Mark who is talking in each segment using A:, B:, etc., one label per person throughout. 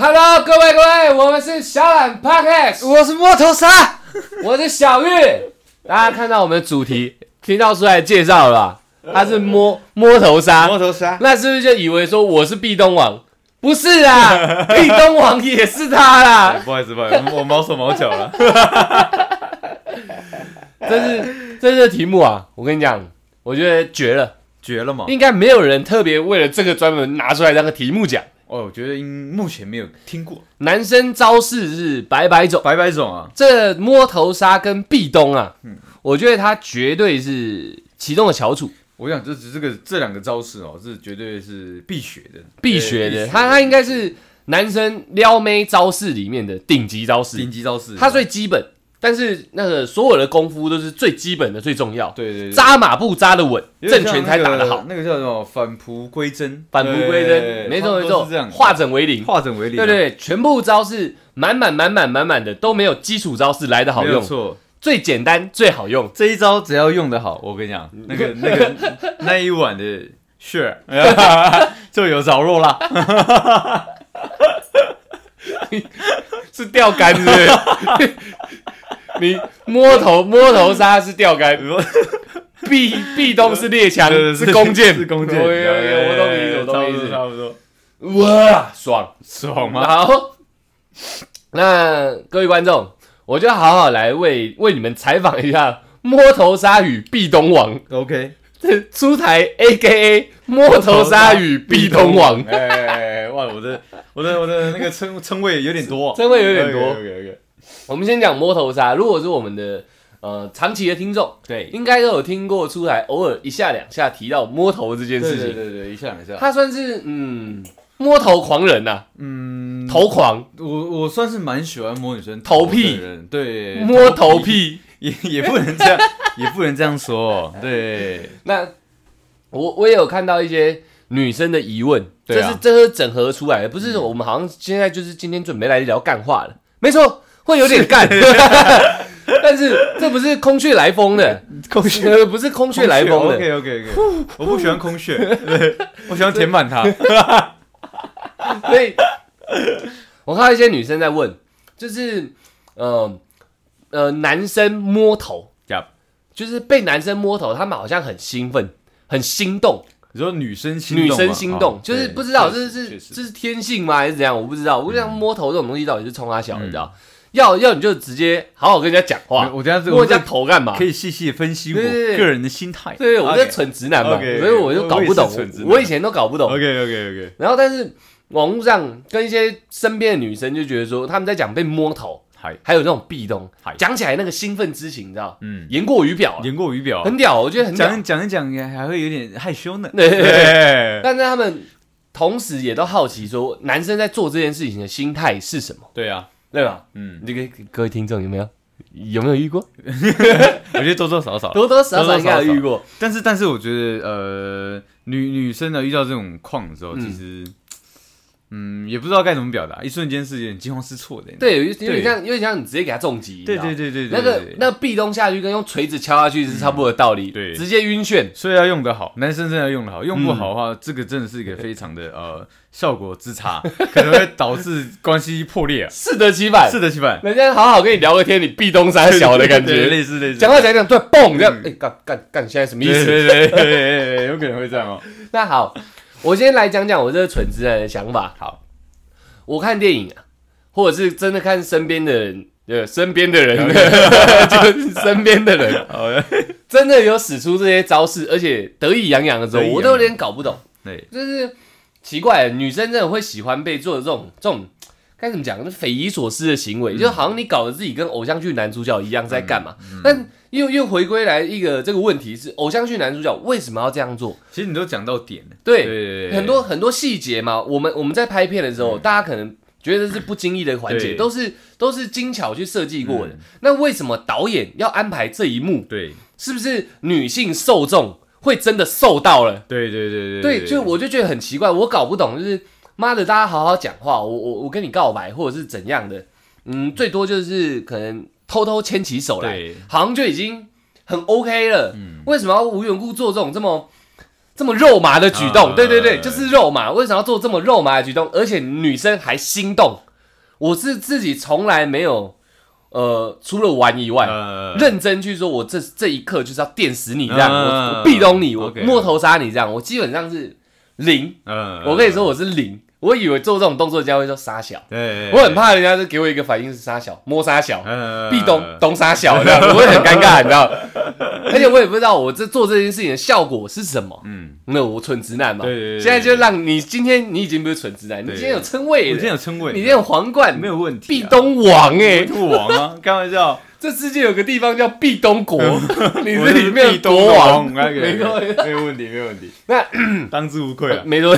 A: Hello，各位各位，我们是小懒 Podcast，
B: 我是摸头杀，
A: 我是小玉。大家看到我们的主题，听到出来介绍了吧？他是摸摸头杀，
B: 摸 头杀，
A: 那是不是就以为说我是壁咚王？不是 啊，壁咚王也是他啦，
B: 不好意思，不好意思，我我毛手毛脚 了。
A: 这是这是题目啊！我跟你讲，我觉得绝了，
B: 绝了嘛！
A: 应该没有人特别为了这个专门拿出来当个题目讲。
B: 哦，我觉得应目前没有听过
A: 男生招式是百百种，
B: 白白种啊，
A: 这摸头杀跟壁咚啊，
B: 嗯
A: 我觉得他绝对是其中的翘楚，
B: 我想这只这个这两个招式哦，是绝对是必学的，
A: 必学
B: 对
A: 的。他他应该是男生撩妹招式里面的顶级招式
B: 顶，级招式，
A: 他最基本，但是那个所有的功夫都是最基本的最重要。
B: 对对对，
A: 扎马步扎得稳，
B: 有
A: 正
B: 点像
A: 拳才打得好，
B: 那个，那个叫什么返璞归真，
A: 返璞归
B: 对
A: 真，没错没
B: 都
A: 错
B: 是这样，子，
A: 化整为零。
B: 化整为零，啊
A: 对对，对，全部招式满满满满满满的都没有基础招式来的好
B: 没有
A: 用，
B: 错。
A: 最简单最好用。
B: 这一招只要用得好，我跟你讲，那个那个那一晚的 血 就有着落啦。
A: 是钓竿是不是？ 你摸头摸头杀是钓 竿，壁壁咚是猎枪，
B: 对对
A: 是弓箭，
B: 是弓箭。
A: 我我懂你意思，我懂你意
B: 差不多差
A: 思。
B: 不多，
A: 哇，爽！
B: 爽吗？
A: 好，那各位观众，我就好好来为为你们采访一下摸头杀与壁咚王
B: OK，
A: 出台 A K A 摸头杀与壁咚王，
B: 哎哎哎，哇，我的我的我的那个称称谓有点多，
A: 真会有点多。啊
B: OK OK，
A: 我们先讲摸头杀，如果是我们的呃长期的听众。
B: 对，
A: 应该都有听过出来，偶尔一下两下提到摸头这件
B: 对
A: 事情，
B: 对对对，一下一下。
A: 他算是嗯摸头狂人呐、啊
B: 嗯，
A: 头狂
B: 我我算是蛮喜欢摸女生的人，对，
A: 摸头屁。
B: 也也不能这样，也不能这样说， 对，
A: 那我我也有看到一些女生的疑问，
B: 对
A: 这
B: 啊嗯
A: 是这是整合出来的，不是我们好像现在就是今天准备来聊干话了，没错，会有点干， 但是这不是空穴来风的，
B: 空
A: 呃，不是空穴来风的。
B: OK OK OK，我不喜欢空穴，对我喜欢填 满它。
A: 所以，我看到一些女生在问，就是，呃，呃，男生摸头，
B: Yup
A: 就是被男生摸头，他们好像很兴奋，很心动，
B: 你说女生心动
A: 女
B: 吗，
A: 生心动，
B: 哦
A: 就是
B: 对
A: 不知道
B: 确
A: 这
B: 实
A: 是
B: 确实
A: 这是天性吗，还是怎样？我不知道，我想摸头这种东西到底是冲他
B: 嗯
A: 小的，你知道？要要你就直接好好跟人家讲话，
B: 我等下这
A: 摸
B: 我
A: 人家
B: 这
A: 头干嘛
B: 可？以细细地分析我
A: 对对对
B: 个人的心态。
A: 对，我是
B: OK
A: 蠢直男嘛，所
B: OK，OK，
A: 以我就搞不懂
B: 我也是蠢直，男
A: 我以前都搞不懂
B: OK。OK OK，
A: 然后，但是网络上跟一些身边的女生就觉得说，他们在讲被摸头，
B: 嗨，
A: 还有那种壁咚
B: 嗨，
A: 讲起来那个兴奋之情，你知道，
B: 嗯，
A: 言过于表啊，
B: 言过于表啊，
A: 很屌，我觉得很屌。
B: 讲讲一讲也还会有点害羞呢。
A: 对对对
B: 对
A: 但是他们同时也都好奇说，男生在做这件事情的心态是什么，
B: 对啊，
A: 对吧？
B: 嗯，
A: 这个各位听众有没有有没有遇过？
B: 我觉得多啊多少 少，
A: 多多少少应该有遇过，
B: 但是但是我觉得呃，女女生呢遇到这种况的时候，
A: 嗯
B: 其实嗯也不知道该怎么表达，一瞬间是有点惊慌失措的。
A: 对，有有点
B: 对
A: 像有点像你直接给他重击，你知
B: 对
A: 道
B: 对。对对，
A: 那
B: 对
A: 个
B: 对
A: 那个壁咚下去跟用锤子敲下去是差不多的道理，
B: 对
A: 直接晕眩，
B: 所以要用得好，男生真的要用得好，用不好的
A: 嗯
B: 话，这个真的是一个非常的呃效果之差，可能会导致关系破裂、 啊。
A: 适得其反，
B: 是的，七板，
A: 人家好好跟你聊个天，你壁咚三小的感
B: 对
A: 觉，
B: 类似类似。
A: 讲话讲一讲突然蹦这样，哎
B: 嗯
A: 干干干，现在什么
B: 对
A: 意思？
B: 对对对对对对有可能会这样哦。
A: 那好，我先来讲讲我这个蠢直男的想法。
B: 好，
A: 我看电影啊，或者是真的看身边的人，呃，身边的人， 就是身边的人，
B: 好的，
A: 真的有使出这些招式，而且得意洋洋的时候，
B: 得意洋洋
A: 我都有点搞不懂，
B: 对，
A: 就是奇怪，女生真的会喜欢被做的这种这种。该怎么讲？匪夷所思的行
B: 嗯
A: 为，就好像你搞得自己跟偶像剧男主角一样在干嘛？
B: 嗯
A: 但又又回归来一个这个问题是，偶像剧男主角为什么要这样做？
B: 其实你都讲到点了。
A: 对，
B: 对对，
A: 很多很多细节嘛，我们我们在拍片的时候，大家可能觉得是不经意的环节，
B: 对
A: 都是都是精巧去设计过的。
B: 嗯
A: 那为什么导演要安排这一幕？
B: 对
A: 是不是女性受众会真的受到了？
B: 对对对
A: 对，就我就觉得很奇怪，我搞不懂，就是妈的，大家好好讲话，我我我跟你告白或者是怎样的，嗯，最多就是可能偷偷牵起手来
B: 对，嗯
A: 好像就已经很 OK 了，为什么要无缘无故做这种这么？这么肉麻的举动，
B: 啊
A: 对对对，就是肉麻。为什么要做这么肉麻的举动？而且女生还心动，我是自己从来没有，呃，除了玩以外，
B: 呃，
A: 认真去说，我这这一刻就是要电死你这样，
B: 嗯
A: 我我壁咚你，我
B: OK
A: 摸头杀你这样，我基本上是零。
B: 呃，
A: 我跟你说，我是零。我以为做这种动作，人家会说杀小，
B: 对，对，
A: 我很怕人家就给我一个反应是杀小，摸杀小，
B: 呃，
A: 壁咚咚杀小这样，我会很尴尬，你 知道？而且我也不知道我这做这件事情的效果是什么。
B: 嗯，
A: 那我蠢直男嘛，
B: 对对对对
A: 现在就让你今天你已经不是蠢直男，你
B: 对
A: 今天有称谓
B: 我
A: 了，
B: 今天有称谓，啊
A: 你今天有皇冠，
B: 没有问题啊？
A: 壁咚王哎、
B: 我兔王啊，开玩笑，
A: 这世界有个地方叫壁咚国， 你
B: 嗯我
A: 是里面的
B: 壁咚
A: 国王，
B: 可以可以
A: 没错
B: 可以没有问题，没有问题， 当之无愧啊。
A: 呃没 错。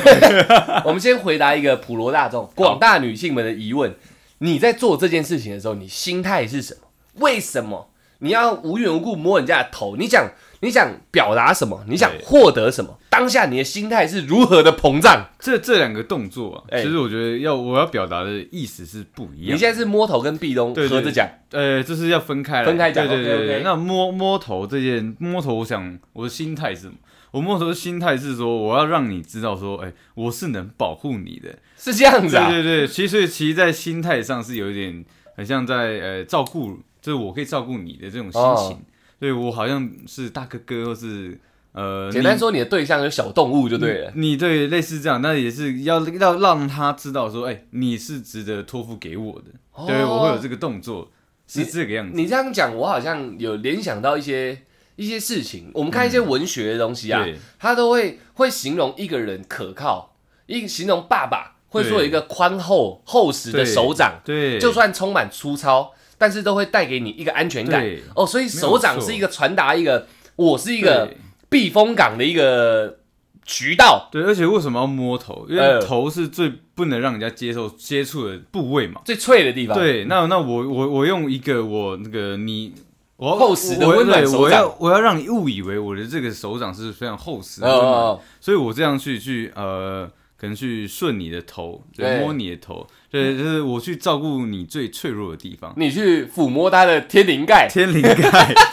A: 我们先回答一个普罗大众、广大女性们的疑问：你在做这件事情的时候，你心态是什么？为什么你要无缘无故摸人家的头？你想，你想表达什么？你想
B: 对
A: 获得什么？当下你的心态是如何的膨胀？
B: 这这两个动作啊，
A: 哎
B: 其实我觉得要我要表达的意思是不一
A: 你
B: 样。
A: 现在是摸头跟壁咚
B: 对对
A: 合着讲，
B: 呃，就是要分开来
A: 分开讲
B: 对对对
A: OK，OK
B: 对那摸摸头这件摸头，我想我的心态是什么？我摸头的心态是说，我要让你知道说，哎、我是能保护你的。
A: 是这样子啊？
B: 对对对，其实其实，在心态上是有一点很像在呃照顾，就是我可以照顾你的这种心情。对我好像是大哥哥，或是呃，
A: 简单
B: 你
A: 说，你的对象有小动物就对了。
B: 你对类似这样，那也是要要让他知道说，哎、你是值得托付给我的。对，我会有这个动作，是这个样子。
A: 哦你这样讲，我好像有联想到一些一些事情。我们看一些文学的东西啊，
B: 对
A: 他都会会形容一个人可靠，一形容爸爸会
B: 对
A: 说有一个宽厚厚实的手掌，
B: 对，
A: 就算充满粗糙，但是都会带给你一个安全感
B: 对。
A: 哦，所以手
B: 没
A: 掌
B: 有错
A: 是一个传达一个我是一个
B: 对
A: 避风港的一个渠道，
B: 对，而且为什么要摸头？因为
A: 呃
B: 头是最不能让人家接受接触的部位嘛。
A: 最脆的地方。
B: 对，那那我我我用一个我那个你。我要
A: 厚实的
B: 我
A: 温暖
B: 对
A: 手
B: 我
A: 掌
B: 要我要让你误以为我的这个手掌是非常厚实的
A: 哦，
B: 温暖，
A: 哦，
B: 所以我这样去去呃，可能去顺你的头，对，
A: 对
B: 摸你的头，对，就是我去照顾你最脆弱的地方
A: 哦，你去抚摸他的天灵盖，
B: 天灵盖，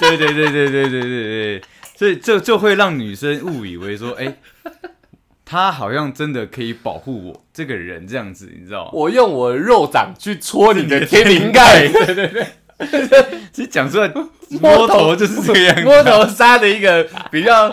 B: 对对对对对对对对，所以这就会让女生误以为说，哎、他好像真的可以保护我这个人这样子，你知道吗？
A: 我用我的肉掌去戳你的天灵盖，
B: 其实讲出来摸
A: 摸头
B: 头就是这个样子，
A: 摸头杀的一 个比较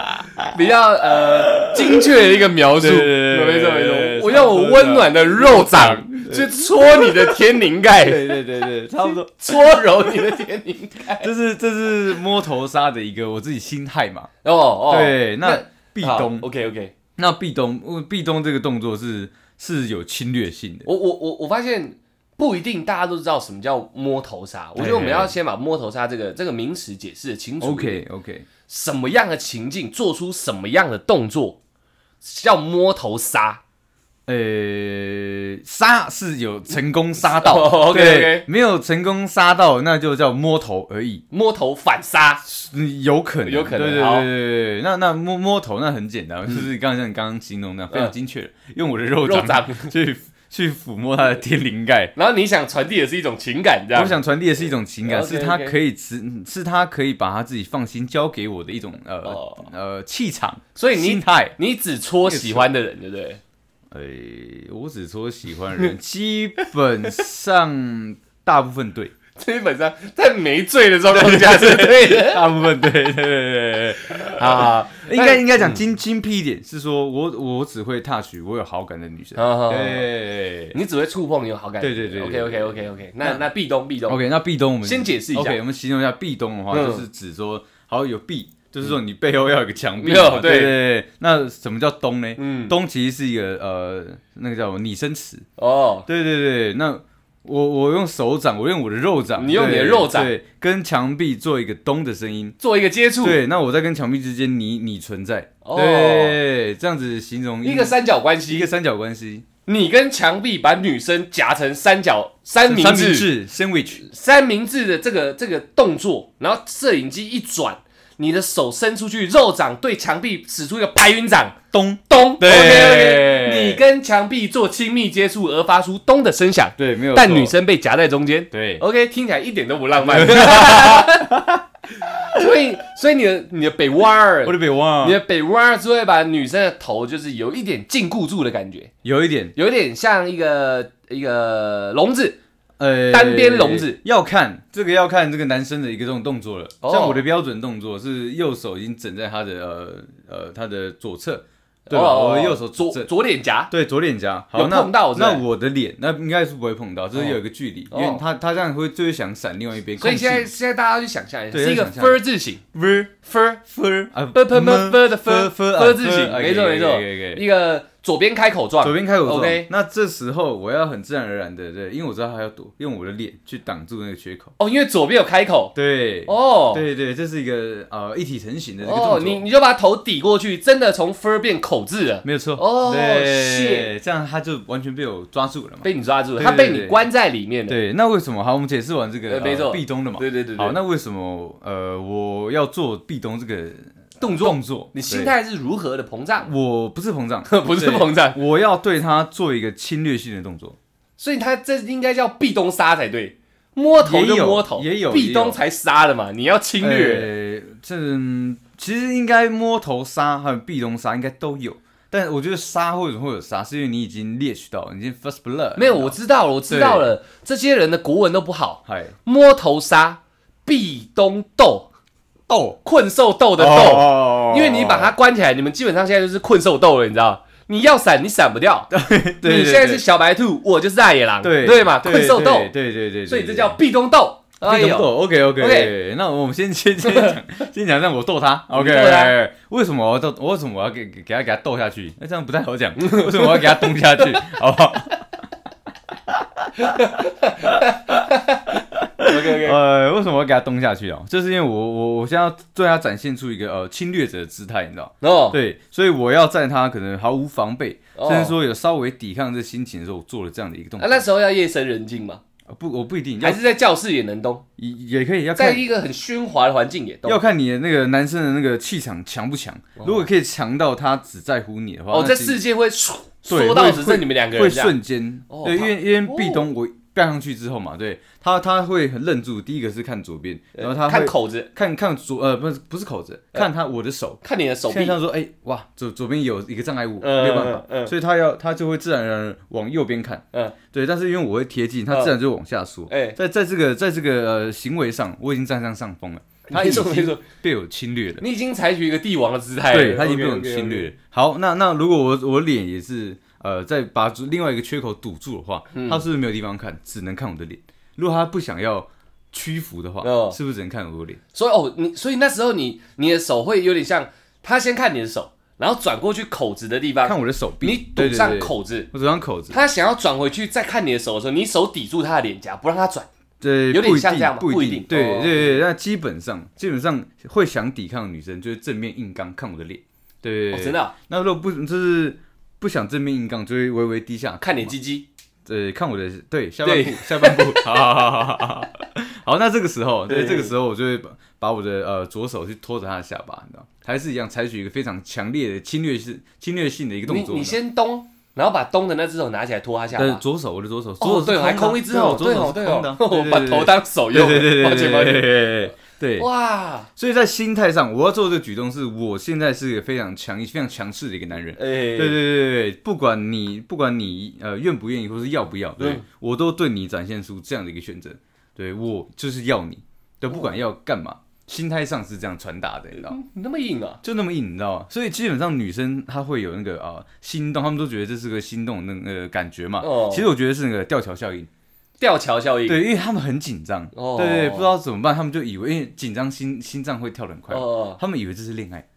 A: 比较呃精确的一个描述。
B: 对对对对
A: 没错
B: 对对
A: 没
B: 对
A: 错，我用我温暖的肉掌去戳你的天灵盖，
B: 对对对对，差不多，
A: 搓揉你的天灵盖。
B: 这是这是摸头杀的一个我自己心态嘛。
A: 哦哦，
B: 对，那壁
A: 好
B: 咚，
A: OK OK，
B: 那壁咚，呃壁咚这个动作是是有侵略性的。
A: 我我我我发现。不一定大家都知道什么叫摸头杀，我觉得我们要先把摸头杀这个这个名词解释的清楚一点。
B: OK OK，
A: 什么样的情境做出什么样的动作叫摸头杀？
B: 呃，杀是有成功杀到
A: 哦，OK，
B: 对
A: OK
B: 没有成功杀到，那就叫摸头而已，
A: 摸头反杀，
B: 嗯有可能，
A: 有可能
B: 对对
A: 好嗯
B: 对对对。那那摸摸头那很简单，就是刚才像你刚刚形容那样，非常精确的，用我的肉
A: 肉掌
B: 去去抚摸他的天灵盖。
A: 然后你想传递的是一种情感，这样
B: 我想传递的是一种情感，是
A: OK，OK
B: 他可以持，是他可以把他自己放心交给我的一种呃
A: 哦
B: 呃气场，
A: 所以你
B: 心态。
A: 你只戳喜欢的人，对不对？
B: 哎，我只说喜欢的 人，基本上大部分对，
A: 基本上 在没醉的状况下是对的
B: 大部分对，对对对对
A: 啊。
B: 应该应该讲精精辟一点，是说我我只会 touch 我有好感的女生。
A: 哦
B: 对
A: 你只会触碰你有好感，
B: 对对对对
A: OK OK OK OK，那那壁咚壁咚，
B: ，OK，那壁咚我们
A: 先解释一下
B: OK，我们形容一下壁咚的话，
A: 嗯
B: 就是指说，好有壁，就是说你背后嗯要有个墙壁
A: 有
B: 嘛。
A: 对
B: 对对对。那什么叫咚呢？
A: 嗯
B: 咚其实是一个呃，那个叫什么拟声词。
A: 哦，
B: 对对对，那我我用手掌，我用我的肉掌，
A: 你用你的
B: 对
A: 肉掌
B: 对，跟墙壁做一个咚的声音。
A: 做一个接触，
B: 对，那我在跟墙壁之间，你你存在，
A: 哦
B: 对，这样子形容
A: 一个三角关
B: 一
A: 系
B: 个，三角关系，
A: 你跟墙壁把女生夹成三角三明
B: 三明
A: 治，
B: 治 sandwich，
A: 三明治的这个这个动作，然后摄影机一转，你的手伸出去，肉掌对墙壁使出一个白云掌，
B: 咚，
A: 咚。
B: 对
A: OK，OK，你跟墙壁做亲密接触而发出咚的声响，
B: 对，没有错，哦
A: 但女生被夹在中间。
B: 对
A: OK，听起来一点都不浪漫。所以所以你的你的北弯儿
B: 我，就啊别忘
A: 你
B: 了，
A: 的北弯儿就会把女生的头就是有一点禁锢住的感觉，
B: 有一点
A: 有一点像一个一个笼子。
B: 呃
A: 单边笼子，
B: 要看这个要看这个男生的一个这种动作了。
A: 哦
B: 像我的标准动作是右手已经枕在他的呃呃他的左侧，对吧？
A: 哦
B: 我的右手
A: 左
B: 枕
A: 左脸颊，
B: 对左脸颊，
A: 有
B: 好，那
A: 碰到是不是
B: 那我的脸，那应该是不会碰到，就是有一个距离，
A: 哦
B: 因为他他这样会就会想闪另外一边。
A: 所以现在
B: 空气
A: 现在大家去想象一下，
B: 对
A: 是一个
B: 要想象
A: “fer” 字形
B: 分
A: ，“fer”。
B: 分啊
A: f f f 的 f
B: 分
A: f
B: 分
A: f 字
B: 嗯
A: 形，没错
B: 哎
A: 没错，
B: 错。
A: 一个左边开口状，
B: 左边开口
A: OK
B: 撞，那这时候我要很自然而然的，对，因为我知道他要躲，用我的脸去挡住那个缺口。
A: 哦，因为左边有开口
B: 对，
A: 哦，
B: 对对，这是一个呃一体成型的这个
A: 哦
B: 动，
A: 你
B: 作，
A: 你就把头抵过去，真的从 “fer” 变口字了，
B: 没有错。
A: 哦
B: 对，这样他就完全被我抓住了嘛。
A: 被你抓住了，
B: 对
A: 他被
B: 对
A: 你
B: 对
A: 关在里面了。
B: 对，那为什么？好，我们解释完这
A: 呃
B: 个
A: 没错
B: 呃壁咚的嘛。
A: 对对对对，
B: 好，那为什么呃我要做壁咚这个
A: 动作，
B: 动作？
A: 你心
B: 对，
A: 态是如何的膨胀？
B: 我不是膨胀
A: ，不是膨胀，
B: 对，我要对他做一个侵略性的动作。
A: 所以他这应该叫壁咚杀才对，摸头就
B: 也有
A: 摸头，
B: 也有
A: 壁
B: 也
A: 咚
B: 有
A: 才杀的嘛，你要侵略，
B: 呃，这嗯其实应该摸头杀还有壁咚杀应该都有，但我觉得杀为什么会有杀，是因为你已经猎取到，你已经 first blood
A: 没有，我，知道了，我知道了，这些人的国文都不好，
B: 嗨，
A: 摸头杀、壁咚斗、
B: 斗哦
A: 困兽斗的斗，
B: 斗
A: 哦因为你把它关起来，你们基本上现在就是困兽斗了，你知道。你要闪，你闪不掉。
B: 对
A: 你现在是小白兔，我就是大野狼，
B: 对
A: 对嘛？困兽斗，
B: 对对对对，
A: 所以这叫壁咚斗。哎
B: 壁
A: 呦
B: 咚斗。OK OK
A: OK
B: OK，那我们先先先讲先讲，让我斗他。OK，
A: 你斗他
B: 为什么我要斗？为什么我要给给给他给他斗下去？那这样不太好讲。为什么我要给他咚下去？好不好？
A: OK OK，
B: 呃，为什么我要给他咚下去啊？就是因为我我我现在要对他展现出一个呃侵略者的姿态，你知道？
A: 哦，
B: 对，所以我要在他可能毫无防备，
A: 哦
B: 甚至说有稍微抵抗这心情的时候，我做了这样的一个动
A: 啊，
B: 作。
A: 那时候要夜深人静嘛，
B: 呃不，我不一定，要
A: 还是在教室也能动，
B: 也也可以要看
A: 在一个很喧哗的环境也动
B: 要。看你的那个男生的那个气场强不强。如果可以强到他只在乎你的话，
A: 哦，
B: 那
A: 这
B: 其实
A: 世界会缩
B: 对
A: 缩到
B: 会
A: 只剩你们两个
B: 会
A: 人这样。
B: 瞬间，
A: 哦
B: 对，因
A: 他
B: 为因为壁咚我盖上去之后嘛，对他他会很愣住。第一个是看左边，然后他
A: 看
B: 会
A: 口子，
B: 看看左呃不是不是口子，看他我的手。
A: 看你的手
B: 看
A: 臂。
B: 上说，哎、哇，左左边有一个障碍物，
A: 嗯
B: 没有办
A: 嗯嗯
B: 法，所以他要他就会自然而然地往右边看，
A: 嗯，
B: 对，但是因为我会贴近，他自然就往下缩。
A: 哎
B: 在在这个在这个呃行为上，我已经占上上风了，他
A: 没
B: 已
A: 错没
B: 经
A: 错
B: 被我侵略了，
A: 你已经采取一个帝王的姿态了，
B: 对他已经被我
A: OK，OK，OK
B: 侵略了。好，那那如果我我脸也是呃再把另外一个缺口堵住的话，
A: 嗯
B: 他是不是没有地方看，只能看我的脸？如果他不想要屈服的话
A: 哦，
B: 是不是只能看我的脸？
A: 所以哦，你所以那时候你你的手会有点像他先看你的手，然后转过去口子的地方，
B: 看我的手臂，
A: 啊你
B: 对
A: 堵
B: 对
A: 上
B: 对
A: 口子。
B: 我手上口子，
A: 他想要转回去再看你的手的时候，你手抵住他的脸颊，不让他转。
B: 对，
A: 有点
B: 不一
A: 像这
B: 定
A: 样吗不
B: 不
A: 一
B: 一
A: 定
B: 定。
A: 哦
B: 对对对，那基本上基本上会想抵抗的女生就是正面硬刚，看我的脸。对，
A: 哦
B: 对
A: 真。的啊
B: 那如果不就是不想正面硬刚，就会微微低下，
A: 看你的鸡鸡，
B: 呃看我的对下半部
A: 对
B: 下半部。好好好好好好。好，那这个时候，对
A: 对
B: 这个时候，我就会把把我的呃左手去拖着她的下巴，你知道，还是一样采取一个非常强烈的侵略性侵略性的一个
A: 你
B: 动作。
A: 你
B: 你知道
A: 先咚，然后把咚的那只手拿起来拖他下
B: 但是
A: 巴。
B: 左手，我的左手，左手
A: 哦，
B: 是
A: 对，
B: 空
A: 还
B: 的
A: 空一只
B: 对
A: 哦，
B: 我左
A: 对
B: 手
A: 哦
B: 是，
A: 对
B: 空的
A: 哦
B: 啊，，
A: 我
B: 对
A: 把
B: 对
A: 头
B: 对
A: 当手
B: 对
A: 用，
B: 对对对
A: 抱歉抱歉。
B: 对对。
A: 哇，
B: 所以在心态上，我要做这个举动是，我现在是一个非常强、非常强势的一个男人。
A: 哎，
B: 对对对对，不管你不管你呃愿不愿意，或是要不要，对、
A: 嗯
B: 我都对你展现出这样的一个选择。对我就是要你，对，不管要干嘛，心态上是这样传达的，你知道吗，
A: 哦嗯你那么硬啊？
B: 就那么硬，你知道吗？所以基本上女生她会有那个啊、呃心动，她们都觉得这是个心动的那个、呃感觉嘛。
A: 哦
B: 其实我觉得是那个吊桥效应。
A: 吊桥效应。
B: 对，因为他们很紧张，
A: 哦
B: 对对，不知道怎么办，他们就以为因为紧张心心脏会跳得很快，
A: 哦，
B: 他们以为这是恋爱，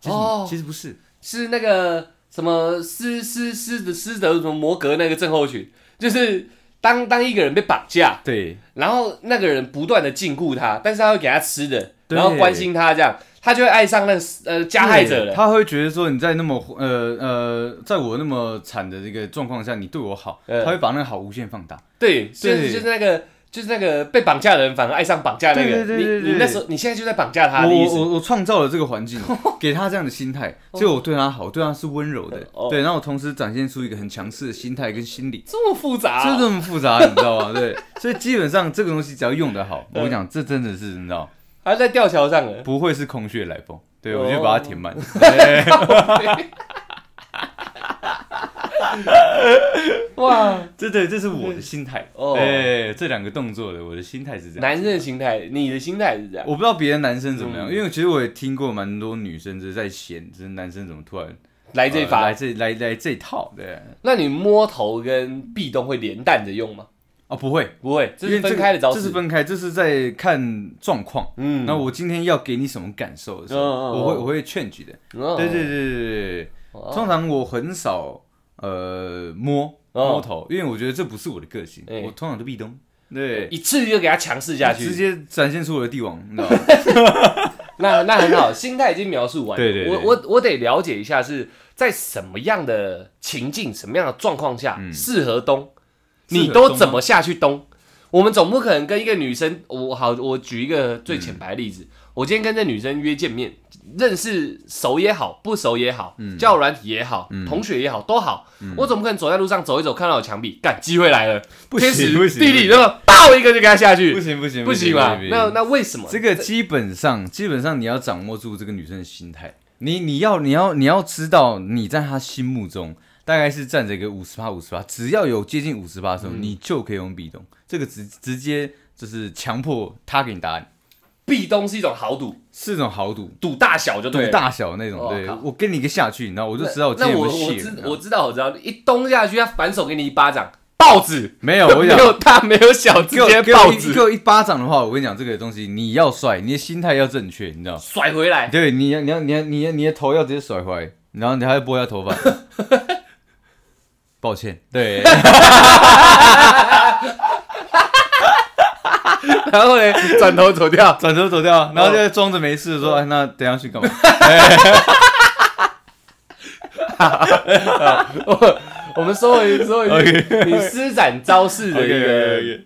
B: 其实、
A: 哦
B: 其实不是，
A: 是那个什么斯斯斯的斯德什么摩格那个症候群，就是当当一个人被绑架，
B: 对
A: 然后那个人不断的禁锢他，但是他会给他吃的，
B: 对
A: 然后关心他这样，他就会爱上那个呃加害者
B: 对
A: 了。
B: 他会觉得说你在那么呃呃，在我那么惨的这个状况下，你对我好，
A: 嗯
B: 他会把那个好无限放大，
A: 对，就是
B: 对
A: 就是那个就是那个被绑架的人反而爱上绑架那个
B: 对对对对
A: 人。你你
B: 对
A: 那时候你现在就在绑架他
B: 我
A: 的意
B: 我
A: 思。
B: 我我创造了这个 环境，给他这样的心态，所以我对他好，对他是温柔的，
A: 哦
B: 对，然后我同时展现出一个很强势的心态跟心理。
A: 这么复杂啊、
B: 就
A: 呃
B: 这么复杂，你知道吗？对，所以基本上这个东西只要用得好，我跟你讲，这真的是你知道，
A: 他在吊桥上了。
B: 不会是空穴来风，对
A: 哦
B: 我就把它填满。对
A: 哇，
B: 这对，这是我的心态。
A: 哦
B: 哎，这两个动作的，我的心态是这样。
A: 男生的心态，你的心态是这样。
B: 我不知道别的男生怎么
A: 嗯
B: 样，因为其实我也听过蛮多女生就是在嫌，就是男生怎么突然
A: 来这一
B: 呃
A: 发
B: 来，这来来这一套，对。
A: 那你摸头跟壁咚会连带着用吗？
B: 哦，不会，
A: 不会，这
B: 因
A: 是
B: 为
A: 分开的招
B: 这是
A: 式。
B: 分开，这是在看状况。
A: 嗯
B: 那我今天要给你什么感受的时候，
A: 嗯嗯嗯
B: 我会我会劝举的。
A: 哦
B: 对对对对对
A: 哦
B: 对，通常我很少呃摸
A: 哦
B: 摸头，因为我觉得这不是我的个性，
A: 哎
B: 我通常都壁咚，对，
A: 一次就给他强势下
B: 直
A: 去，
B: 接展现出我的帝王，你知道吗？
A: 那那很好，心态已经描述完了。
B: 对对对
A: 我我我得了解一下是在什么样的情境、什么样的状况下适合咚，你
B: 嗯适合
A: 都
B: 咚
A: 怎么下去咚？我们总不可能跟一个女生，我好，我举一个最浅白的例
B: 嗯
A: 子，我今天跟这女生约见面，认识熟也好，不熟也好，
B: 嗯
A: 交友软体也好，同学也好，都好，我总不可能走在路上走一走，看到有墙壁，干，机会来了，
B: 不
A: 天
B: 行
A: 时
B: 不行
A: 地利，
B: 不
A: 那么爆一个就给他下
B: 不
A: 去，
B: 行不行
A: 不行
B: 吧
A: 嘛？？那那为什么？
B: 这个基本上基本上你要掌握住这个女生的心态，你你要你要你要知道你在她心目中大概是站着一个五十趴五十趴，只要有接近五十趴的时候，
A: 嗯
B: 你就可以用壁咚，这个直直接就是强迫她给你答案，
A: 壁咚是一种豪赌，
B: 是种豪赌。
A: 赌大小就
B: 赌
A: 对了。
B: 大小那种，
A: 哦
B: 对
A: 好
B: 我给你一个下去，你知道，我就
A: 那
B: 知道我今
A: 那
B: 天有啊
A: 我
B: 没
A: 我
B: 有
A: 知
B: 戏。
A: 我知道我知道，一咚下去，他反手给你一巴掌，报纸。
B: 没有，我
A: 没
B: 想
A: 有大没有小，直
B: 给我
A: 接
B: 给我
A: 报
B: 一
A: 纸
B: 给我一巴掌的话，我跟你讲，这个东西你要帅，你的心态要正确，你知道？
A: 甩回来。
B: 对，你要你要你要你要你的头要直接甩回来，然后你还要拨一下 头发。抱歉，对，
A: 然后呢，转头走掉。 哦
B: 转头走掉，然后就装着没事说，哎，那等一下去干嘛？
A: 我们收回收 回去，你施展招式的一个
B: OK，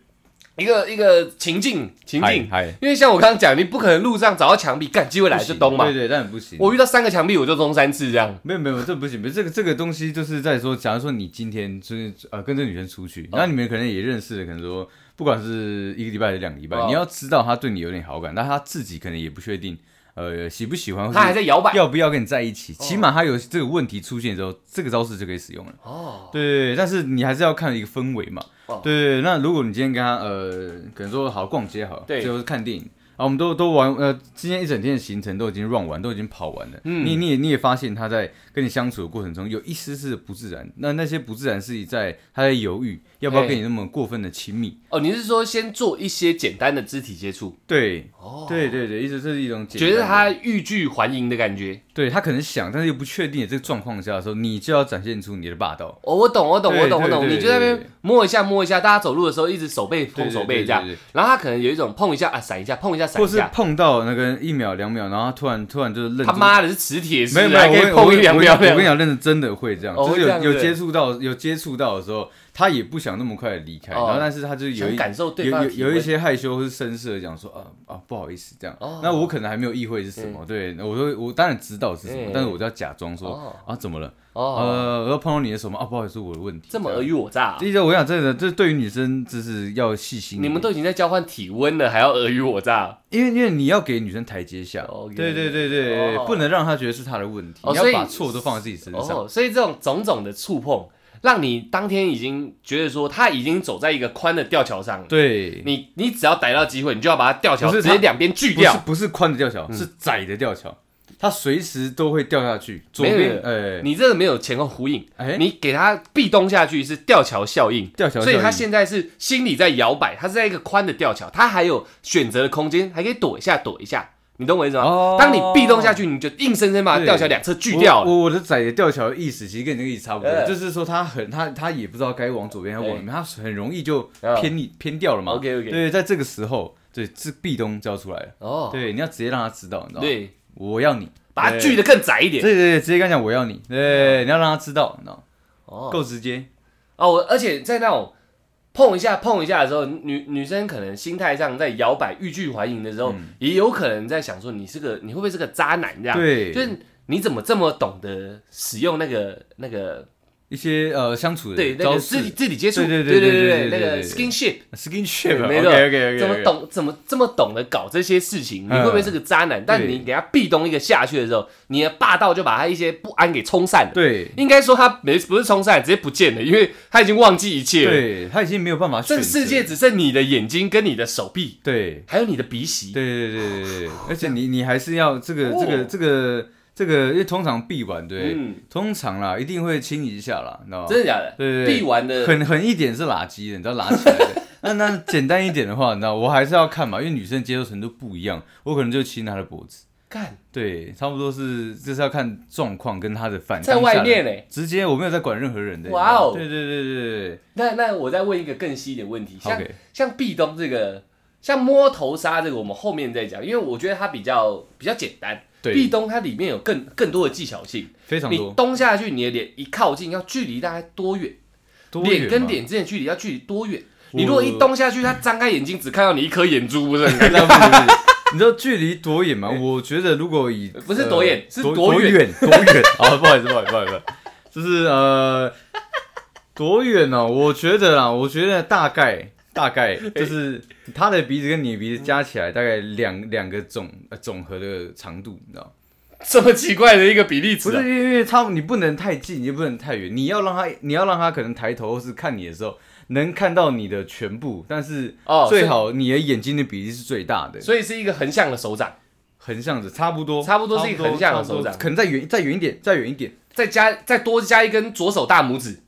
A: 一个一个情境情境。
B: 嗨嗨
A: 因为像我刚刚讲，你不可能路上找到墙壁，干机会来就咚嘛
B: 对。对，但不行。
A: 我遇到三个墙壁，我就咚三次这样。
B: 没有没有，这不行，不是这个这个东西就是在说，假如说你今天就是呃跟这个女生出
A: 哦
B: 去，那你们可能也认识了，可能说不管是一个礼拜还是两个礼拜，
A: 哦
B: 你要知道她对你有点好感，但她自己可能也不确定，呃喜不喜欢，或
A: 他还哦
B: 是
A: 在摇摆。
B: 要不要跟你在一起。起码她有这个问题出现之后，这个招式就可以使用了。
A: 哦，
B: 对，但是你还是要看一个氛围嘛
A: 哦。
B: 对，那如果你今天跟他呃，可能说好逛街好了，
A: 对嗯
B: 就是看电影。啊，我们都都玩呃，今天一整天的行程都已经 run 完，都已经跑完了。
A: 嗯
B: 你你也你也发现他在跟你相处的过程中有一丝丝的不自然，那那些不自然是在他在犹豫要不要
A: 哎
B: 跟你那么过分的亲密。
A: 哦，你是说先做一些简单的肢体接触？
B: 对，
A: 哦，
B: 对对对，一直这是一种简单
A: 觉
B: 的
A: 得他欲拒还迎的感觉。
B: 对他可能想，但是又不确定的这个状况下的时候，你就要展现出你的霸道。
A: 哦，我懂，我懂，
B: 对
A: 我懂，我
B: 对
A: 懂。
B: 对
A: 你就在那
B: 对
A: 边摸一下，摸一下，大家走路的时候一直手背碰
B: 对
A: 手背这样
B: 对对对，
A: 然后他可能有一种碰一下啊，闪一下，碰一下，闪
B: 或
A: 一
B: 是
A: 下。
B: 碰到那个一秒两秒，然后他突然突然就是愣
A: 他
B: 住
A: 妈的是磁铁是
B: 没有
A: 不
B: 没
A: 是，
B: 有，
A: 还可
B: 我
A: 以碰一两秒
B: 我跟我跟你
A: 两。
B: 讲，认真真的会这样，
A: 哦
B: 就是
A: 会这样
B: 有有
A: 对
B: 接触到有接触到的时候，他也不想那么快的离开，
A: 哦
B: 然后但是他就有
A: 想
B: 一
A: 感受对
B: 有
A: 方
B: 有
A: 的体
B: 有
A: 温
B: 一些害羞或是绅士的讲说啊啊不好意思这样
A: 哦，
B: 那我可能还没有意会是什么，对我说我当然知道是什么
A: 嗯，
B: 但是我就要假装
A: 哦
B: 说啊怎么了，
A: 哦，
B: 呃我要碰到你的手吗？啊不好意思，我的问题，
A: 这么
B: 样
A: 尔虞我诈，啊
B: 第一个我想真的，这对于女生就是要细心一
A: 你
B: 点，
A: 们都已经在交换体温了，还要尔虞我诈？啊
B: 因为因为你要给女生台阶下
A: OK
B: 对对对对，
A: 哦
B: 不能让她觉得是她的问题，
A: 哦
B: 你要
A: 所以
B: 把错都放在自己身上。
A: 哦，所以这种种种的触碰，让你当天已经觉得说他已经走在一个宽的吊桥上了。
B: 对，
A: 你你只要逮到机会，你就要把它吊桥
B: 不
A: 直
B: 是
A: 接
B: 他
A: 两边锯
B: 不是
A: 掉。
B: 不是宽的吊桥，是窄的吊桥，它随时都会掉下去。左
A: 没有
B: 边，
A: 没
B: 哎
A: 你这个没有前后呼应，
B: 哎，
A: 你给他壁咚下去是吊桥效应，
B: 吊桥效
A: 所
B: 应，
A: 以他现在是心里在摇摆，他是在一个宽的吊桥，他还有选择的空间，还可以躲一下躲一下，你懂我意思吗？
B: 哦
A: 当你壁咚下去，你就硬生生把它吊桥两侧锯掉
B: 我
A: 了。
B: 我我的窄的吊桥的意思其实跟你那个意思差不多，
A: 哎
B: 就是说它很它它也不知道该往左边还是往右边，它很容易就
A: 啊
B: 偏离偏掉了嘛。
A: OK，OK
B: 对，在这个时候，对，是壁咚就要出来了。
A: 哦，
B: 对，你要直接让他知道，你知道吗？
A: 对，
B: 我要你，
A: 把它
B: 对
A: 锯得更窄一
B: 对
A: 点。
B: 对对，直接跟他讲我要你，对，你要让他知道，你知道吗？
A: 哦，
B: 够直接，
A: 哦，我而且在那种碰一下碰一下的时候，女女生可能心态上在摇摆、欲拒还迎的时候，也有可能在想说你是个你会不会是个渣男这样？
B: 嗯对
A: 就是你怎么这么懂得使用那个那个
B: 一些呃相处的
A: 对那
B: 招
A: 个
B: 式
A: 肢体肢体接触，
B: 对对
A: 对
B: 对对
A: 对
B: 对
A: 那
B: 对
A: 个
B: 对
A: skinship，
B: skinship，
A: 没错
B: OK OK OK，
A: 怎么？懂怎么这么懂得搞这些事情？你
B: 嗯
A: 会不会是个渣男？但
B: 对
A: 你给他壁咚一个下去的时候，你的霸道就把他一些不安给冲散了。
B: 对
A: 应该说他没不是冲散，直接不见了，因为他已经忘记一切了。
B: 对，他已经没有办法
A: 这
B: 选
A: 个
B: 择。
A: 世界只剩你的眼睛跟你的手臂，
B: 对
A: 还有你的鼻息。
B: 对对对对对，而且你你还是要这个这
A: 哦
B: 个这个这个，因为通常必玩对
A: 嗯，
B: 通常啦一定会清一下啦，你知道吗？
A: 真的假的？
B: 对对对
A: 必玩的
B: 狠狠一点是垃圾的，你知道拉起 来的。那那简单一点的话，你知道我还是要看嘛，因为女生接受程度不一样，我可能就亲她的脖子。
A: 干
B: 对，差不多是就是要看状况跟她的反应。
A: 在外面嘞。
B: 直接我没有在管任何人的。
A: 哇哦
B: 对对对对对
A: 那那我再问一个更细一点问题，像
B: OK
A: 像壁咚这个，像摸头杀这个，我们后面再讲，因为我觉得它比较比较简单。
B: 对
A: 壁咚它里面有更更多的技巧性，
B: 非常
A: 你
B: 多。
A: 咚下去，你的脸一靠近，要距离大概多远？
B: 多
A: 脸
B: 远
A: 跟
B: 嘛
A: 脸之间的距离要距离多远？
B: 我
A: 你如果一咚下去，他张开眼睛只看到你一颗眼珠，不是很 尴尬？
B: 那不是不是你知道距离多远 吗？我觉得如果以
A: 不是多远
B: 呃
A: 是
B: 多
A: 多远
B: 远多远。 好，不好意思，不好意思，不好意思，就是呃多远呢、我觉得啦，我觉得大概 大概就是他的鼻子跟你的鼻子加起来大概两两个总呃总和的长度，你知道吗？
A: 这么奇怪的一个比例
B: 不
A: 尺、
B: 是
A: 啊，
B: 因为他你不能太近，也不能太远，你要让他你要让他可能抬头或是看你的时候能看到你的全部，但是
A: 哦所以
B: 最好你的眼睛的比例是最大的。
A: 所以是一个横向的手掌，
B: 横向的，差不多，
A: 差不多是一个横向的
B: 差不多
A: 手掌
B: 可能再远再远一点，再远一点，
A: 再加再多加一根左手大拇指，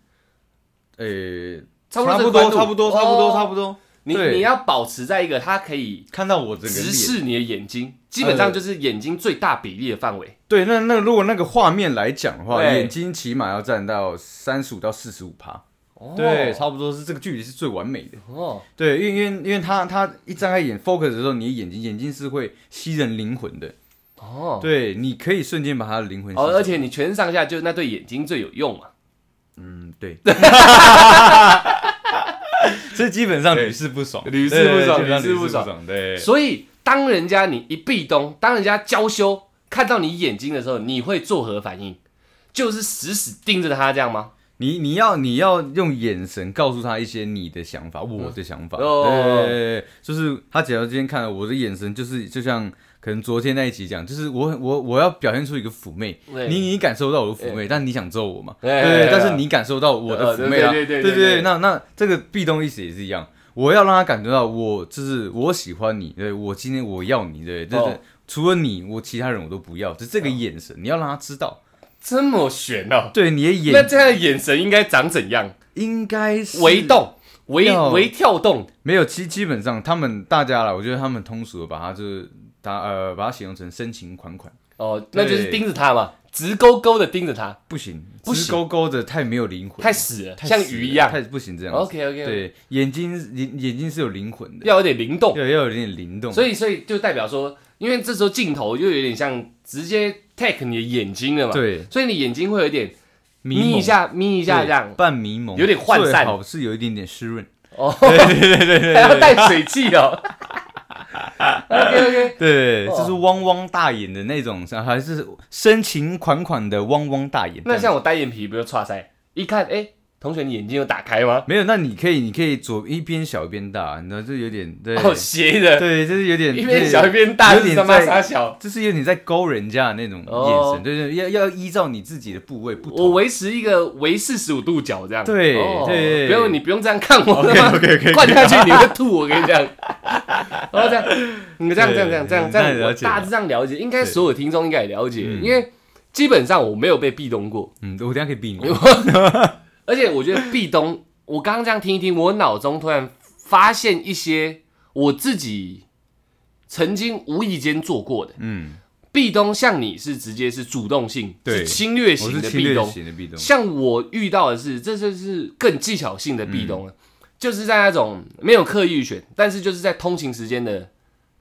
B: 呃，
A: 差不多
B: 差
A: 这个
B: 不
A: 宽
B: 多，
A: 度
B: 差不多，差不多，
A: 哦
B: 差不多，
A: 你
B: 对
A: 你要保持在一个它可以
B: 看到我整个
A: 直
B: 脸。呃
A: 视你的眼睛，基本上就是眼睛最大比例的范围。
B: 对，那那如果那个画面来讲的话，
A: 对
B: 眼睛起码要占到三十五到四十五趴，哦对，差不多是这个距离是最完美的。
A: 哦，
B: 对，因为因为因为他他一张开眼 focus 的时候，你的眼睛眼睛是会吸人灵魂的，
A: 哦，
B: 对，你可以瞬间把他的灵魂吸
A: 哦，
B: 走。
A: 而且你全身上下就那对眼睛最有用嘛。
B: 嗯， 对。所以基本上
A: 对
B: 屡试不爽，
A: 屡试不爽
B: 对基本上
A: 屡试不
B: 不
A: 爽
B: 爽，对。
A: 所以当人家你一壁咚，当人家娇羞看到你眼睛的时候，你会作何反应？就是死死盯着他这样吗？
B: 你你要你要用眼神告诉他一些你的想法，我的想法。
A: 哦
B: 对对对对，就是他只要今天看了我的眼神，就是就像可能昨天那一集讲，就是我很我我要表现出一个妩媚，
A: 对
B: 你你感受到我的妩媚，但你想揍我嘛？
A: 对
B: 对
A: 对对
B: 对，但是你感受到我的妩媚啊，
A: 呃对对对对
B: 对
A: 对对
B: 对，那那这个壁咚意思也是一样。我要让他感觉到我就是我喜欢你，对我今天我要你，对对对，
A: 哦
B: 除了你，我其他人我都不要，就这个眼神，你要让他知道，
A: 这么悬哦、
B: 对你的
A: 那
B: 眼
A: 这样的眼神应该长怎样？
B: 应该是
A: 微动，微
B: 要
A: 微跳动，
B: 没有，其基本上他们大家啦，我觉得他们通俗的把它就是打呃把它形容成深情款款，
A: 哦，那就
B: 对
A: 是盯着他嘛，直勾勾的盯着他，
B: 不行，
A: 不行
B: 直勾勾的太没有灵魂，
A: 太死了，
B: 太
A: 像
B: 死了
A: 鱼一样。
B: 太不行这样子。
A: OK OK，
B: 对，眼睛眼眼睛是有灵魂的，
A: 要有点灵动。
B: 要要有点灵动，
A: 所
B: 以
A: 以，所以就代表说，因为这时候镜头就有点像直接 take 你的眼睛了嘛，，
B: 对
A: 所以你眼睛会有点
B: 蒙
A: 眯一下，眯一下
B: 对
A: 这样，
B: 半迷蒙，
A: 有点涣散
B: 最好是有一点点湿润。
A: 哦，对对对对，还要带水汽哦。OK OK，
B: 对，
A: 哇
B: 就是汪汪大眼的那种，还是深情款款的汪汪大眼。
A: 那像我单眼皮不就岔塞？一看，哎，同学，你眼睛有打开吗？
B: 没有，那你可以，你可以左一边小一边大，你知道，就有点对，
A: 哦，斜的，
B: 对，就是有点
A: 一边
B: 对
A: 小一边大，
B: 有
A: 是
B: 点
A: 他妈
B: 在
A: 傻小。
B: 就是有点在勾人家的那种眼神，
A: 哦
B: 对对，要要依照你自己的部位不
A: 我
B: 同。
A: 维持一个维四十五度角这样，
B: 对
A: 哦
B: 对
A: 不用你不用这样看我，他妈
B: OK，
A: 灌下去你会吐，我跟 你讲。然后这样，你这样这样这样这样这
B: 那
A: 样，
B: 你
A: 我
B: 了解
A: 大
B: 了
A: 致上了解，应该所有听众应该也了解，
B: 嗯
A: 因为基本上我没有被壁咚过，
B: 嗯，我等一下可以比你。
A: 而且我觉得壁咚，我刚刚这样听一听，我脑中突然发现一些我自己曾经无意间做过的
B: 嗯，
A: 壁咚，像你是直接是主动性，
B: 对
A: 是侵略
B: 我
A: 型
B: 是
A: 的
B: 侵
A: 壁
B: 略
A: 咚，
B: 型的壁咚，
A: 像我遇到的是，这就是更技巧性的壁咚了，
B: 嗯
A: 就是在那种没有刻意选，但是就是在通勤时间的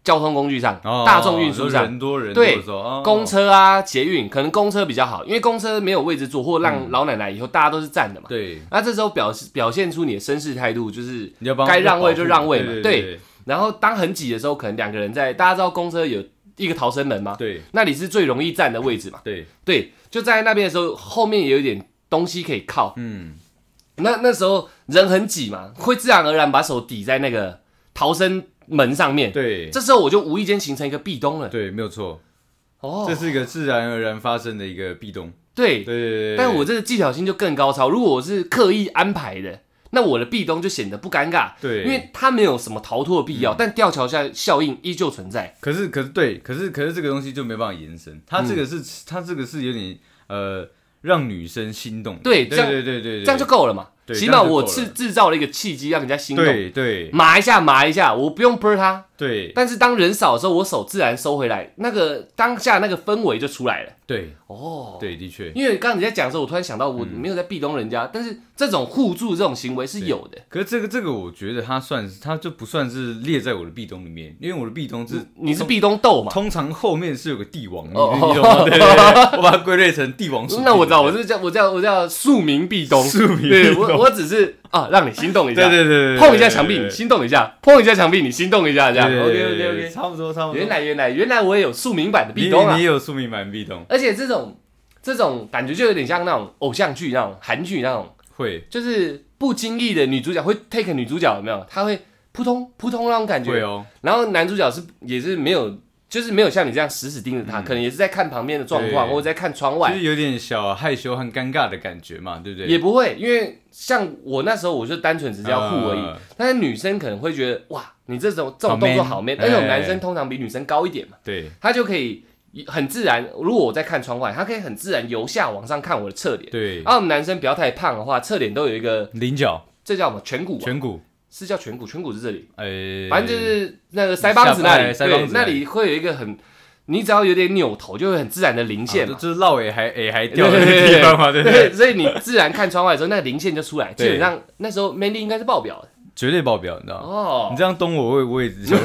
A: 交通工具上，
B: 哦
A: 大众运输
B: 就
A: 上，
B: 人多人多
A: 对
B: 的时候，哦
A: 公车啊、捷运，可能公车比较好，因为公车没有位置坐，或让老奶奶以后大家都是站的嘛。
B: 嗯哦对，
A: 那这时候表示表现出你的绅士态度，就是
B: 你要帮
A: 该让位就让位嘛
B: 对
A: 对
B: 对
A: 然后当很挤的时候，可能两个人在，大家知道公车有一个逃生门吗？
B: 对
A: 那里是最容易站的位置嘛。
B: 对，
A: 对，就在那边的时候，后面也有一点东西可以靠，
B: 嗯，
A: 那那时候人很挤嘛，会自然而然把手抵在那个逃生门上面。，
B: 对，
A: 这时候我就无意间形成一个壁咚了。
B: 对，没有错，
A: 哦
B: 这，是一个自然而然发生的一个壁咚。
A: 对，
B: 对对对对，
A: 但我这个技巧性就更高超。如果我是刻意安排的，那我的壁咚就显得不尴尬，
B: 对，嗯
A: 因为它没有什么逃脱的必要，但吊桥下效应依旧存在。
B: 可是可是对，可是可是这个东西就没办法延伸，它这
A: 嗯
B: 个是、它这个是有点呃让女生心动的。
A: 对这
B: 对
A: 样
B: 对对对，
A: 这样就够了嘛？
B: 对
A: 起
B: 这
A: 码
B: 样就
A: 我
B: 够了
A: 制制造了一个契机，让人家心动，
B: 对对
A: 麻一下麻一下，我不用啵他。
B: 对
A: 但是当人少的时候，我手自然收回来，那个当下那个氛围就出来了。
B: 对
A: 哦，
B: 对，的确。
A: 因为刚刚你在讲的时候，我突然想到，我
B: 嗯
A: 没有在壁咚人家，但是这种互助这种行为是有的。
B: 可是这个这个，我觉得它算是它就不算是列在我的壁咚里面，因为我的壁咚是
A: 你是壁咚斗嘛？
B: 通常后面是有个帝王，你
A: 哦
B: 你懂 吗？对对对，我把它归类成帝王属性。
A: 那我知道，我是叫我叫我叫庶民壁咚，
B: 庶民壁
A: 对
B: 咚
A: 我我只是啊，让你心动一
B: 对
A: 下，
B: 对对对，对
A: 碰一下墙壁，你
B: 对
A: 心动一下，碰一下墙壁，你心动一下，这样。
B: 对
A: OK
B: 对对
A: OK
B: 对
A: OK。
B: 差不多差不多。
A: 原来原来原来我也有庶民版的
B: 你
A: 壁咚
B: 你
A: 啊
B: 你，有宿命版壁咚，
A: 而且这种这种感觉就有点像那种偶像剧那种韩剧那种，
B: 会
A: 就是不经意的女主角会 take 女主角有没有？她会扑通扑通那种感觉，
B: 会哦，
A: 然后男主角是也是没有，就是没有像你这样死死盯着他，可能也是在看旁边的状况，
B: 嗯对
A: 或者在看窗
B: 就
A: 外，
B: 是有点小害羞和尴尬的感觉嘛，对不对？
A: 也不会，因为像我那时候我就单纯只是要护而已。
B: 呃
A: 但是女生可能会觉得哇，你这种这
B: 好
A: 种动作
B: man
A: 好 man，
B: 哎
A: 而且我们男生通常比女生高一点嘛，
B: 对
A: 他就可以很自然。如果我在看窗外，他可以很自然由下往上看我的侧脸。啊
B: 对，
A: 然后我们男生不要太胖的话，侧脸都有一个，
B: 菱角、
A: 这叫什么颧骨、啊？
B: 颧骨，
A: 是叫颧骨，颧骨是这里。
B: 呃，
A: 反正就是那个腮帮子那里，
B: 下巴哎腮帮
A: 对
B: 子，
A: 那里会有一个很，你只要有点扭头，就会很自然的零线
B: 啊
A: 嘛。
B: 就就是落尾还诶还掉的那个地方嘛，对不对？
A: 所以你自然看窗外的时候，那个零线就出来。基
B: 对
A: 本上那时候 Mandy 应该是爆表的
B: 绝对爆表，你知道吗？
A: 哦
B: 你。这样咚我，我也我也只想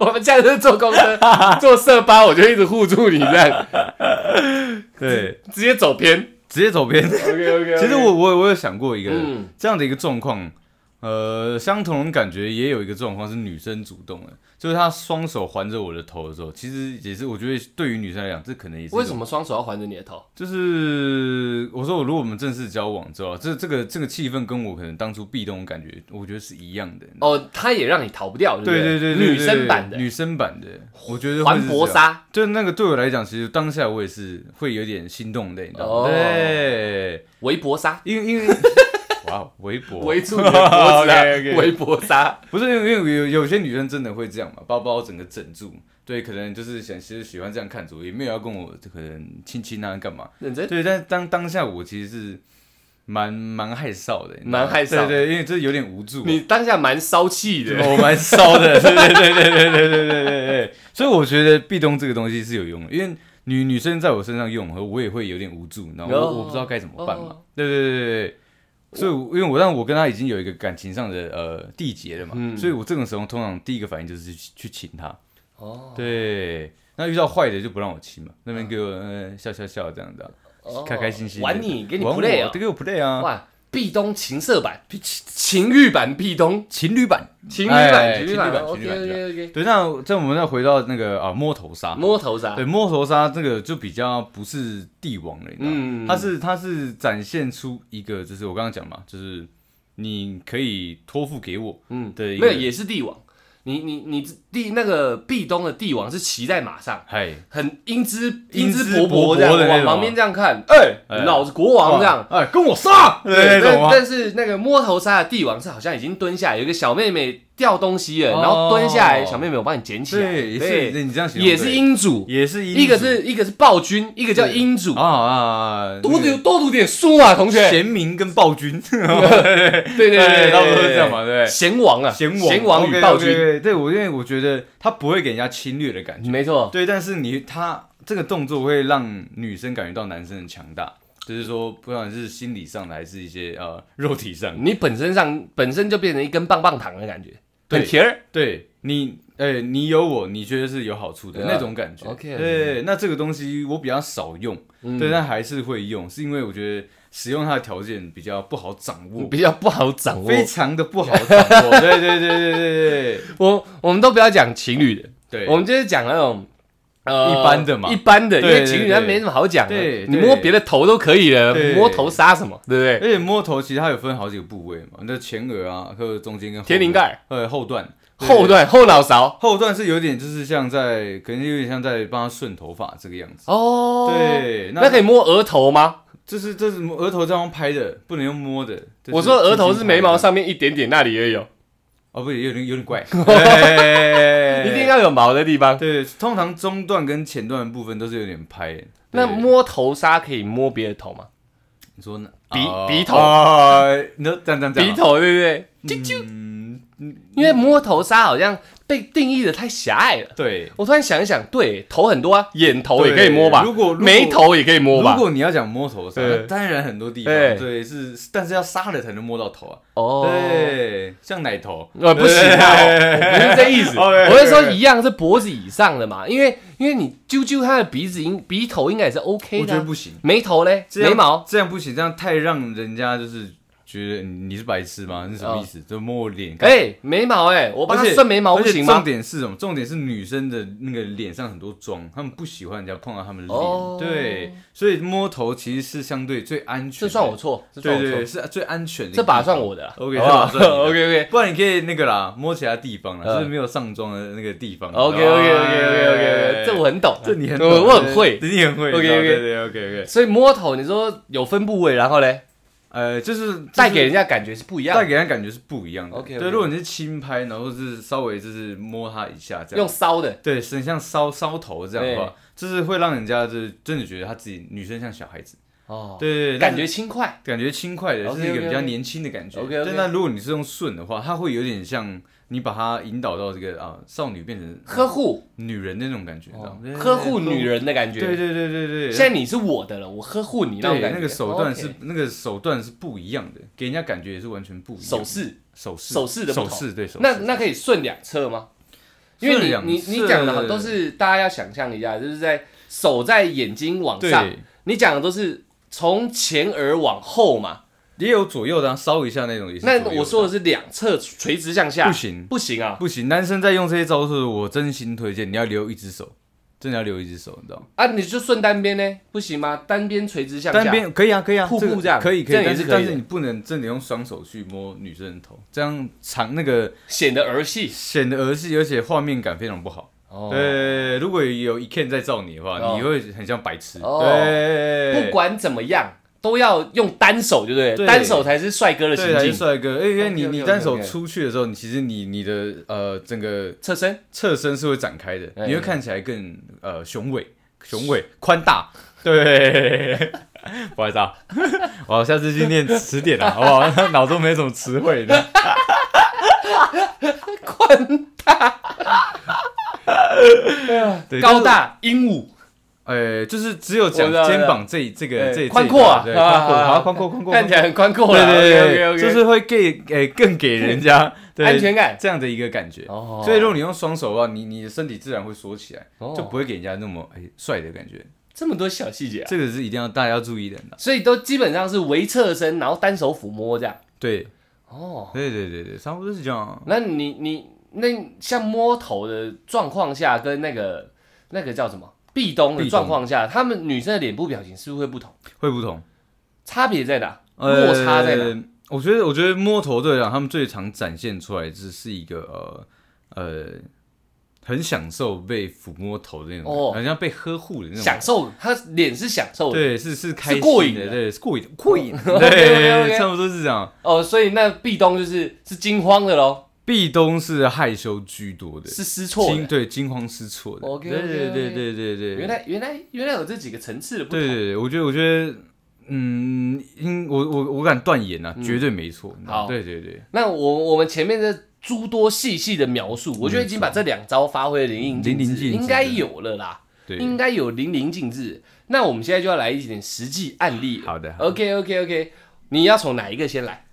A: 我们下次坐公车、坐社巴，我就一直护住你，这样
B: 对，
A: 直接走偏。
B: 直接走 偏。
A: OK OK。
B: 其实我我我有想过一个
A: 嗯
B: 这样的一个状况，呃，相同的感觉也有一个状况是女生主动的，就是她双手环着我的头的时候，其实也是我觉得对于女生来讲，这可能也是一
A: 为
B: 种
A: 什么双手要环着你的头？
B: 就是我说，如果我们正式交往之后啊，这这个这个气氛跟我可能当初壁咚的感觉，我觉得是一样的。
A: 哦，他也让你逃不掉，不
B: 对对对，对
A: 女生版的
B: 对女生版的，我觉得会
A: 环
B: 是这
A: 搏
B: 样。
A: 杀。
B: 就那个对我来讲，其实当下我也是会有点心动的，你知道
A: 哦
B: 吗？对，
A: 围脖 杀，
B: 因为 因为哇哦，围脖
A: 围住你的脖子啊
B: OK，OK，
A: 围脖杀，
B: 不是因为因为有有些女生真的会这样嘛，把把我整个整住。对，可能就是想其实喜欢这样看着我，也没有要跟我可能亲亲啊干嘛。
A: 认真。
B: 对，但当当下我其实是蛮蛮害臊的，你知道吗
A: 蛮害臊
B: 对对，因为这有点无助啊，
A: 你当下蛮骚气的，
B: 我哦蛮骚的，对对对对对对对对对对，所以我觉得壁咚这个东西是有用的，因为女女生在我身上用，和我也会有点无助，你知道吗？
A: 哦
B: 我我不知道该怎么办嘛
A: 哦，
B: 对对对对对。所以我，因为我让我跟她已经有一个感情上的呃缔结了嘛，
A: 嗯
B: 所以我这种时候通常第一个反应就是去去亲她。
A: 哦，
B: 对，那遇到坏的就不让我亲嘛，那边给我、呃笑笑笑这样的啊、
A: 嗯哦
B: 开开心心的
A: 玩你，给你
B: 玩
A: play
B: 我
A: 哦
B: 对，给我 play 啊，
A: 哇，壁咚情色版，情欲版壁咚，
B: 情侣版。
A: 情欲
B: 哎
A: 版，情欲版
B: 情侣版
A: ，OK
B: 情侣版
A: OK OK，
B: 对，那这样我们再回到那个啊摸头杀，
A: 摸头杀
B: 对，摸头杀这个就比较不是帝王了，你知道
A: 嗯
B: 吗？它是它是展现出一个就是我刚刚讲嘛，就是你可以托付给我，
A: 嗯，
B: 对
A: 没有
B: 一个
A: 也是帝王，你你你帝那个壁咚的帝王是骑在马上，
B: 嗨，
A: 很英姿
B: 英
A: 姿
B: 姿
A: 勃勃
B: 勃勃
A: 这样，
B: 的那
A: 往
B: 种
A: 旁
B: 啊
A: 边这样看，哎，
B: 哎
A: 老子国王这样。
B: 哎，跟我杀，对，
A: 但
B: 懂吗？
A: 但是那个摸头杀的帝王是好像已经蹲下来，有一个小妹妹掉东西了，
B: 哦
A: 然后蹲下来，小妹妹我帮你捡起来，
B: 对，也是你这样形容
A: 也是
B: 对
A: 英主，
B: 也是
A: 一个
B: 主
A: 是一个是暴君，一个叫英主
B: 啊，啊啊，
A: 多
B: 那个
A: 读多读点书啊，同学。
B: 贤明跟 暴君，
A: 对对
B: 对，哎差不多是这样嘛，对不对。
A: 贤王啊，
B: 贤
A: 贤王与暴君，
B: 对，对我因为我觉得他不会给人家侵略的感觉，
A: 没错，
B: 对，但是你他这个动作会让女生感觉到男生的强大，就是说，不管是心理上的还是一些呃肉体上的，
A: 你本身上本身就变成一根棒棒糖的感觉，
B: 对
A: 很甜儿。
B: 对你，哎、你有我，你觉得是有好处的、
A: 对啊
B: 那种感觉。
A: OK
B: 对，那这个东西我比较少用，
A: 嗯
B: 对，但还是会用，是因为我觉得使用它的条件比较不好掌握。
A: 比较不好嗯掌握。
B: 嗯非常的不好掌 握，对对对对对对
A: 我我们都不要讲情侣的，
B: 对，
A: 我们就是讲那种呃
B: 一般的嘛
A: 一般的，因为
B: 对对
A: 情侣他
B: 对
A: 没什么好讲的
B: 对，
A: 你
B: 对
A: 摸别的头都可以了，
B: 对
A: 摸头杀什么，对不对？
B: 而且摸头其实它有分好几个部位嘛，那前额啊，还有中间跟后
A: 天灵盖、
B: 呃后段、
A: 后段后脑勺
B: 后段是有点就是像在，可能有点像在帮他顺头发这个样子。
A: 哦，，
B: 对，
A: 那可以摸额头吗？
B: 这是这是额头这样拍的，不能用摸的。这是
A: 我说哦额头是眉毛
B: 轻轻拍的
A: 上面一点点那里也有，
B: 哦，不，有点有点 怪，哎
A: 一定要有毛的地方。
B: 对。通常中段跟前段的部分都是有点拍的。
A: 那
B: 对
A: 摸头杀可以摸别的头吗？
B: 你说呢？
A: 鼻
B: 哦
A: 鼻头
B: 哦你说这样这样这样
A: 鼻
B: 啊，
A: 头对不对？啾啾，
B: 嗯，
A: 因为摸头杀好像被定义的太狭隘了。
B: 对。
A: 我突然想一想，对，头很多啊，眼头也可以摸吧，
B: 对如果如果
A: 眉头也可以摸
B: 如
A: 吧。
B: 果你要讲摸头杀，
A: 对
B: 那当然很多地方
A: 对
B: 对是，但是要杀了才能摸到头啊。
A: 哦，
B: 对，像奶头，
A: 呃，不行啊，我不是这意思，
B: 哦对
A: 我是说一样是脖子以上的嘛，因为因为你揪揪他的鼻子应鼻头应该也是 OK
B: 我
A: 的
B: 觉
A: 啊、
B: 得不行。
A: 眉头嘞，
B: 这样
A: 眉毛，
B: 这样不行，这样太让人家就是觉得你是白痴吗？你是什么意思？就摸我脸
A: 哎、
B: 干嘛，
A: 眉毛哎、我帮他
B: 而且
A: 顺眉毛不
B: 而且
A: 行
B: 重
A: 吗？
B: 点是什么？重点是女生的那个脸上很多妆，她们不喜欢人家碰到她们的脸。
A: 哦
B: 对，所以摸头其实是相对最安全
A: 这
B: 的。
A: 算我错，这算
B: 对
A: 我
B: 对，
A: 错，
B: 是最安全的。
A: 这把算。我的啦
B: OK，
A: 好不好
B: 这把算你的
A: OK OK。
B: 不然你可以那个啦，摸其他地方啦，
A: 嗯
B: 就是没有上妆的那个地方。
A: OK OK OK OK OK，
B: 哎
A: 这我很懂，啊
B: 这你很懂哎
A: 我我很会。
B: 你很会。
A: OK，OK
B: 对对 OK OK。
A: 所以摸头，你说有分部位，然后嘞，
B: 呃，就是
A: 带给人家感觉是不一样
B: 带
A: 的，
B: 给人感觉是不一样的。
A: OK，OK
B: 对，如果你是轻拍，然后是稍微就是摸它一下这样，
A: 用骚的，
B: 对，很像搔搔头这样的话，就是会让人家就是真的觉得她自己女生像小孩子，
A: 哦，
B: 对对对，
A: 感
B: 但
A: 觉
B: 是
A: 轻快，
B: 感觉轻快的，
A: OK，OK，
B: 是一个比较
A: OK
B: 年轻的感觉。
A: OK，OK
B: 但那如果你是用顺的话，它会有点像你把它引导到这个啊少女变成
A: 呵护，哦
B: 女人那种感觉，你知道哦吗？对
A: 呵护女。人的感觉。
B: 对对对对对对，
A: 现在你是我的了，我呵护你那种
B: 对
A: 感觉。哦
B: 那个手段
A: OK
B: 是那个手段是不一样的，给人家感觉也是完全不一样的。
A: 手势，
B: 手势
A: 手势的不
B: 手
A: 同
B: 势对手势
A: 那那可以顺两侧吗？因为
B: 顺两
A: 你你
B: 侧
A: 你讲的都是大家要想象一下，就是在手在眼睛往上，
B: 对，
A: 你讲的都是从前而往后嘛。
B: 也有左右的、啊，烧一下那种也是左右
A: 那
B: 的啊。
A: 我说的是两侧垂直向下，
B: 不行
A: 不行啊
B: 不行，男生在用这些招式，我真心推荐你要留一只手，真的要留一只手，你知道吗？
A: 啊！你就顺单边呢，不行吗？单边垂直向下，
B: 单边可以啊，可以啊，
A: 瀑布
B: 个
A: 这样
B: 可以可
A: 这样
B: 以，
A: 也
B: 但
A: 是
B: 是
A: 可以的
B: 但是你不能真的用双手去摸女生的头，这样长那个
A: 显得儿戏。
B: 显得儿戏，而且画面感非常不好。
A: 哦
B: 对，如果有一 Ken 在照你的话，
A: 哦
B: 你会很像白痴。
A: 哦
B: 对，
A: 不管怎么样，都要用单手，对不对？
B: 对
A: 单手才是帅哥的
B: 对，
A: 行
B: 还是
A: 径。
B: 帅哥，哎因为你
A: OK，OK，OK，OK
B: 你单手出去的时候，你其实你你的呃整个
A: 侧身，
B: 侧身是会展开的，
A: 哎
B: 你会看起来更呃雄伟、雄伟、宽大。对，不好意思啊，我下次去念词典了，好不好？脑中没什么词汇的。宽大，对
A: 高，大鹦鹉，
B: 但是呃，就是只有讲
A: 我知道
B: 肩膀这这
A: 哎
B: 个这
A: 宽阔啊
B: 这一
A: 啊
B: 块对，宽阔，
A: 啊啊
B: 好，宽阔，宽阔，
A: 看起来很宽阔
B: 对
A: 了。
B: 对对
A: OK，OK，OK
B: 就是会给诶、更给 人家对
A: 安全感
B: 这样的一个感觉。
A: 哦
B: 所以如果你用双手的话，你你的身体自然会缩起来，
A: 哦
B: 就不会给人家那么诶帅、的感觉。
A: 这么多小细节啊，
B: 这个是一定要大家要注意的啦。
A: 所以都基本上是围侧身，然后单手抚摸这样。
B: 对
A: 哦，
B: 对对对对，差不多是这样。啊
A: 那你你那像摸头的状况下，跟那个那个叫什么壁咚的
B: 壁咚
A: 状况下，他们女生的脸部表情是不是会不同？
B: 会不同，
A: 差别在哪？
B: 呃
A: 落差在哪？？
B: 我觉得，我觉得摸头队长他们最常展现出来，只是一个呃呃，很享受被抚摸头的那种，
A: 哦
B: 好像被呵护的那种
A: 享受，他脸是享受的。
B: 对，是是开心
A: 过瘾的
B: 的，对，是过瘾的，过瘾的，
A: OK，OK，OK
B: 对，差不多是这样。
A: 哦，所以那壁咚就是是惊慌的喽，
B: 壁咚是害羞居多的，
A: 是失措
B: 惊
A: 的。
B: 对惊慌失措的。对
A: OK，OK，OK
B: 对对对对对，
A: 原来原来原来有这几个层次的不
B: 对对
A: 同。
B: 对，我觉得我觉得。嗯，应我我我敢断言啊，绝对没错。
A: 嗯好
B: 对对对，
A: 那我我们前面的诸多细细的描述，我觉得已经把这两招发挥的淋漓尽
B: 淋漓
A: 致，
B: 尽致
A: 应该有了啦，
B: 对
A: 应该有淋漓尽致。那我们现在就要来一点实际案例。
B: 好的好
A: OK OK OK，你要从哪一个先来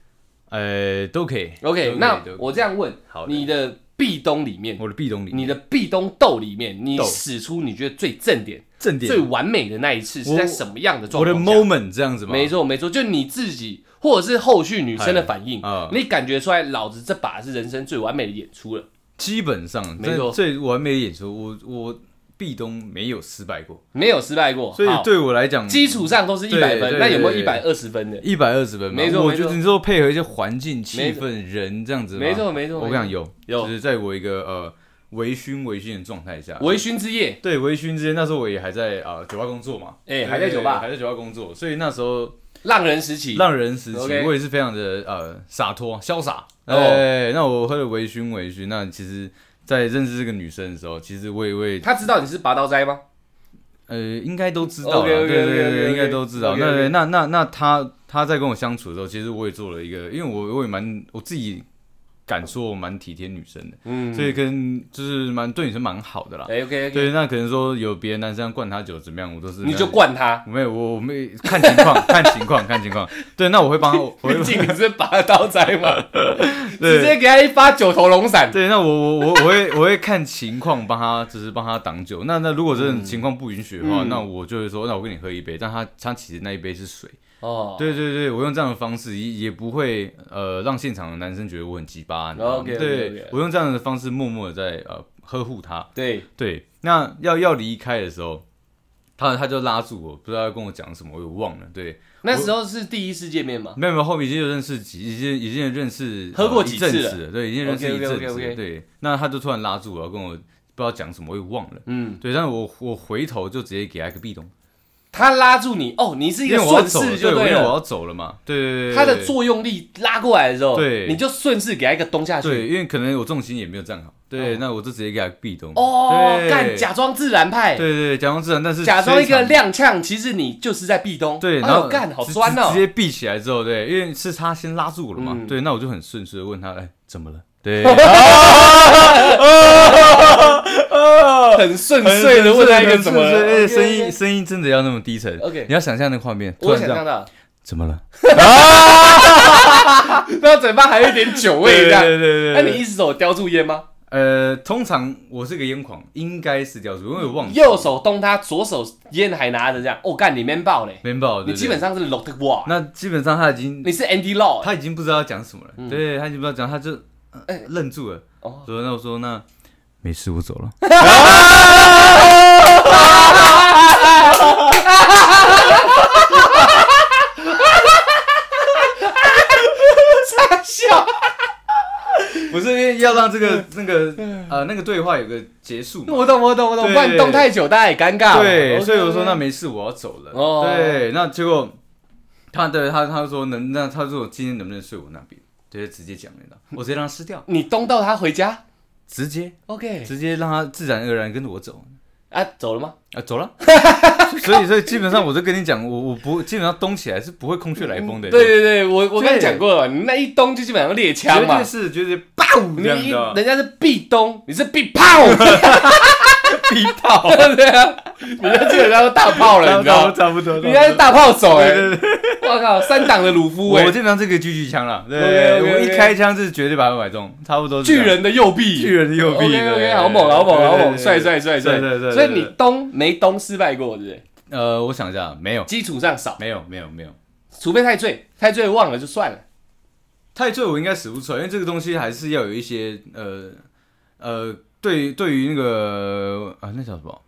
B: 呃，都可以。
A: ？OK，
B: 都可以
A: 那
B: 都可以
A: 我这样问
B: 好，的
A: 你的壁咚里面，
B: 我的壁咚里，
A: 你的壁咚斗里面，你
B: 斗
A: 使出你觉得最正点、
B: 正点
A: 最，完美的那一次是
B: 我
A: 在什么样的状
B: 我的
A: 况下？
B: moment 这样子吗？
A: 没错，没错，就你自己或者是后续女生的
B: 哎
A: 反应
B: 啊，
A: 你感觉出来，老子这把是人生最完美的演出了。
B: 基本上
A: 没错
B: 这最完美的演出，我我壁咚没有失败过，
A: 没有失败过，
B: 所以
A: 好
B: 对我来讲，
A: 基础上都是一百
B: 对
A: 分，
B: 对
A: 那有没有一
B: 对
A: 百二十分的？
B: 一百二十分嘛，
A: 没错
B: 我
A: 没
B: 觉
A: 错
B: 得你说配合一些环境、气
A: 没错
B: 氛、人这样子吗，
A: 没错没错，
B: 我跟你
A: 没错
B: 讲有，
A: 有
B: 就是在我一个呃微醺微醺的状态下，
A: 微醺之夜，
B: 对微醺之间，那时候我也还在啊、呃酒吧工作嘛，
A: 哎
B: 对
A: 还在酒吧
B: 还在酒吧工作，所以那时候
A: 浪人时期，
B: 浪人时期，
A: OK
B: 我也是非常的呃洒脱潇洒。
A: 哦
B: 哎、那我喝了微醺微醺，那其实，在认识这个女生的时候，其实我也会
A: 他知道你是拔刀斋吗？
B: 呃应该都知道啦
A: OK，OK，OK，OK，OK，
B: 对对对，应该都知道。
A: OK，OK
B: 那对那那那她她在跟我相处的时候，其实我也做了一个，因为我我也蛮我自己敢说我蛮体贴女生的，
A: 嗯，
B: 所以跟就是蛮对女生蛮好的啦。
A: 哎 OK OK，
B: 对，那可能说有别的男生灌她酒怎么样，我都是
A: 你就灌他，
B: 没有我我没看情 况看情况看情况。对，那我会帮 她，我会
A: 毕竟你是拔刀斋嘛，
B: 对
A: 直接给他一发九头龙闪，
B: 对，那我我我我会我会看情况帮他，就是帮他挡酒。那那如果真的情况不允许的话，
A: 嗯
B: 那我就会说，那我跟你喝一杯。但他他其实那一杯是水。
A: 哦，
B: 对对对，我用这样的方式也也不会呃让现场的男生觉得我很鸡巴。你知道吗
A: OK，OK，OK
B: 对我用这样的方式默默的在呃呵护他。
A: 对，
B: 对，那要要离开的时候，他他就拉住我，不知道要跟我讲什么，我也忘了。对，
A: 那时候是第一次见面嘛，
B: 没有没有，后面已经有认识几，已经已经有认识
A: 喝过
B: 呃
A: 几
B: 一阵
A: 次
B: 子了，对，已经认识一阵子了
A: OK，OK，OK，OK
B: 对。那他就突然拉住我，要跟我不知道讲什么，我也忘了。
A: 嗯，
B: 对，但是我我回头就直接给他一个壁咚，
A: 他拉住你，哦，你是一
B: 因为
A: 个
B: 我要
A: 顺
B: 走了，
A: 势
B: 对，
A: 就
B: 我因为我
A: 了，
B: 要走了嘛，对对对对，
A: 他的
B: 对
A: 作用力拉过来的时候，
B: 对
A: 你就顺势给他一个咚下去，
B: 对，因为可能我重心也没有站好，对，那我就直接给他壁咚，
A: 哦，
B: 对
A: 干假装自然派
B: 对，对对，假装自然，但是
A: 假装一
B: 非
A: 个
B: 常
A: 踉跄，其实你就是在壁咚，
B: 对，
A: 哎
B: 然
A: 呦
B: 后
A: 干好
B: 直
A: 酸
B: 直
A: 哦
B: 直，接闭起来之后，对，因为是他先拉住我了嘛，
A: 嗯
B: 对，那我就很顺势的问他，哎，怎么了？ 对，
A: 很顺遂的问他一个怎么了
B: 而且哎声
A: OK，OK，OK
B: 音声音真的要那么低沉。
A: OK
B: 你要想象那个画面，突
A: 我
B: 然这
A: 想
B: 样
A: 象到，
B: 怎么了？
A: 然后嘴巴还有一点酒味这样。
B: 对对
A: 那你一只手叼住烟吗？
B: 呃，通常我是个烟狂，应该是掉住，因为我忘记
A: 右手动它，左手烟还拿着这样，哦，干你面爆嘞！
B: 没爆，对
A: 你
B: 不对
A: 基本上是 l o t e w a
B: 那基本上他已经
A: 你是 Andy Law，欸
B: 他已经不知道要讲什么了，对他已经不知道讲，他就呃
A: 哎
B: 愣住了。
A: 哦
B: 所以那我说那没事，我走了。
A: 傻笑，
B: 不是因为要让这个那个呃那个对话有个结束嘛。
A: 我懂我懂我懂，
B: 对
A: 不然动太久大家也尴尬嘛。
B: 对，
A: OK，
B: 所以我说
A: OK
B: 那没事，我要走了。
A: 哦
B: 对，那结果他对他他说能，那他说我今天能不能睡我那边？对，直接讲了，你知道我直接让他吃掉，
A: 你东到他回家
B: 直接
A: ，OK
B: 直接让他自然而然跟着我走
A: 啊，走了吗？
B: 啊，走了。所以所以基本上我就跟你讲，我我不基本上东起来是不会空穴来风的，
A: 对，对对，我我
B: 对
A: 刚才讲过了，你那一咚就基本上猎枪
B: 绝
A: 嘛
B: 对，是绝对爆
A: 你
B: 这样
A: 一
B: 的
A: 人家是必咚，你是必 炮，
B: 逼爆，
A: 对啊，你那基本上都大炮 了，你知道吗？
B: 差不多，
A: 你那是大炮手哎
B: 对，对对，
A: 我靠，三档的鲁夫哎
B: 我，经常这个狙击枪了，对，
A: OK，OK，OK
B: 我一开枪是绝对把它买中，差不多是这
A: 巨
B: 样。
A: 人的右臂，
B: 巨人的右臂
A: OK
B: 对
A: OK，好猛，好猛，
B: 对对
A: 好
B: 对
A: 猛，
B: 对
A: 帅帅帅帅
B: 对对对对
A: 所以
B: 对
A: 你东没东失败过，对不对？
B: 呃，我想一下，没有，
A: 基础上少，
B: 没有，没有，没有。
A: 除非太醉，太醉忘了就算了。
B: 太醉我应该使不出来，因为这个东西还是要有一些呃呃，对对于那个啊那叫什么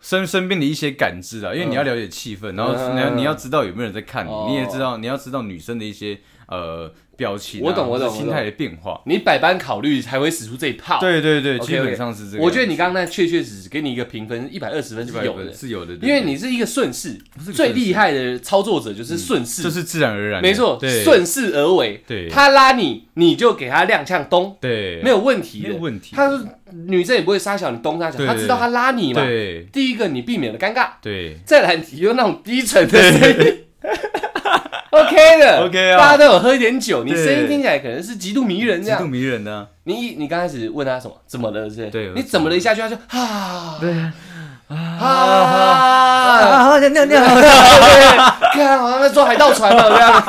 B: 身身边的一些感知啊，因为你要了解气氛，然后
A: 嗯
B: 你要你要知道有没有人在看你，
A: 哦
B: 你也知道你要知道女生的一些呃表情、啊，
A: 我懂我懂
B: 或是心态的变化。
A: 你百般考虑才会使出这一炮。，
B: 对对对
A: OK，OK
B: 基本上是这个。
A: 我觉得你刚刚那确确实实给你一个评分一百二十分是
B: 100
A: 有的
B: 分，是有的，对
A: 因为你是一个顺势，
B: 是个
A: 最
B: 顺势
A: 厉害的操作者就是顺势，
B: 这是自然而然的，
A: 没错，
B: 对
A: 顺势而为。
B: 对
A: 他拉你，你就给他踉跄东，
B: 对
A: 没有问题的。
B: 没有问题
A: 他说女生也不会杀小你东杀小，
B: 对
A: 他知道他拉你嘛。
B: 对
A: 第一个你避免了尴尬，
B: 对
A: 再来你用那种低沉的声 音。OK 的
B: OK 啊
A: 大家都有喝一点酒，你
B: 对
A: 声音听起来可能是极度迷人这
B: 极度
A: 样。
B: 迷人呢、
A: 你一你刚开始问他什么，怎么了，是不是？
B: 对
A: 你怎么了一下去，他就啊，对
B: 啊
A: 啊，
B: 啊，尿尿尿。
A: 对，看好像在坐海盗船了这样。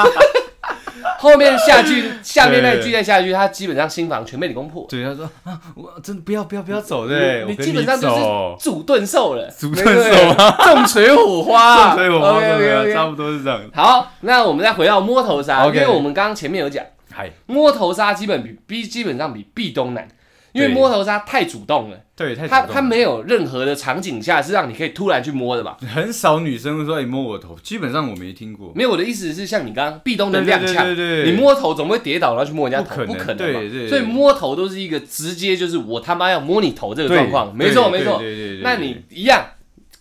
A: 后面下句，下面那句再下句，他基本上新房全被你攻破，
B: 对，他说啊，我真的不要不要不要走，对，
A: 你
B: 我跟
A: 基本上就是
B: 走
A: 主盾兽了，
B: 主盾兽
A: 吗？重锤火 花，
B: 所以我们
A: OK，OK，OK
B: 差不多是这样。
A: 好，那我们再回到摸头杀
B: OK
A: 因为我们刚刚前面有讲
B: 嗨，
A: 摸头杀基本比比基本上比壁咚难，因为摸头杀太主动了，
B: 对，太主
A: 他
B: 动
A: 他没有任何的场景下是让你可以突然去摸的吧？
B: 很少女生会说哎你摸我头，基本上我没听过，
A: 没有，我的意思是像你刚刚壁咚的踉跄，
B: 对对对对对
A: 你摸头总会跌倒然后去摸人家头，
B: 不可能
A: 可能嘛
B: 对对对
A: 所以摸头都是一个直接就是我他妈要摸你头这个状况，
B: 对
A: 没错
B: 对
A: 没错
B: 对对对对。
A: 那你一样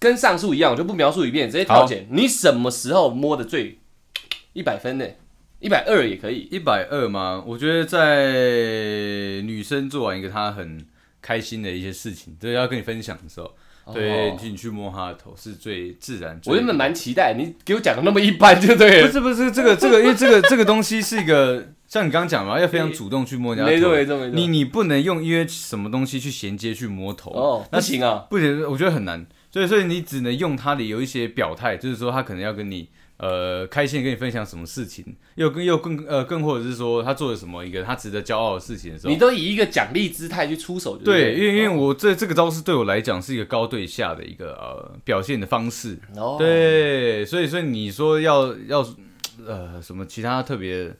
A: 跟上述一样，我就不描述一遍，直接挑选你什么时候摸的最一百分呢？一百二也可以，
B: 一百二吗？我觉得在女生做完一个她很开心的一些事情，对，要跟你分享的时候，对，
A: 哦
B: 你去摸她的头是最自然。最
A: 我原本蛮期待你给我讲的那么一般就对
B: 不
A: 了，
B: 是不是这个这个，因为这个 这个东西是一个像你刚刚讲嘛，要非常主动去摸人家
A: 没错没
B: 头，
A: 错没错，
B: 你你不能用因为什么东西去衔接去摸头，
A: 哦不
B: 那
A: 行啊，
B: 不行，我觉得很难。所以，所以你只能用他的有一些表态，就是说他可能要跟你呃开心地跟你分享什么事情，又跟又更呃更或者是说他做了什么一个他值得骄傲的事情的时候
A: 你，都以一个奖励姿态去出手就
B: 对，因
A: 对哦
B: 为因为
A: 了，
B: 我这这个招式对我来讲是一个高对下的一个呃表现的方式，
A: 哦，
B: 对，所以所以你说要要呃什么其他特别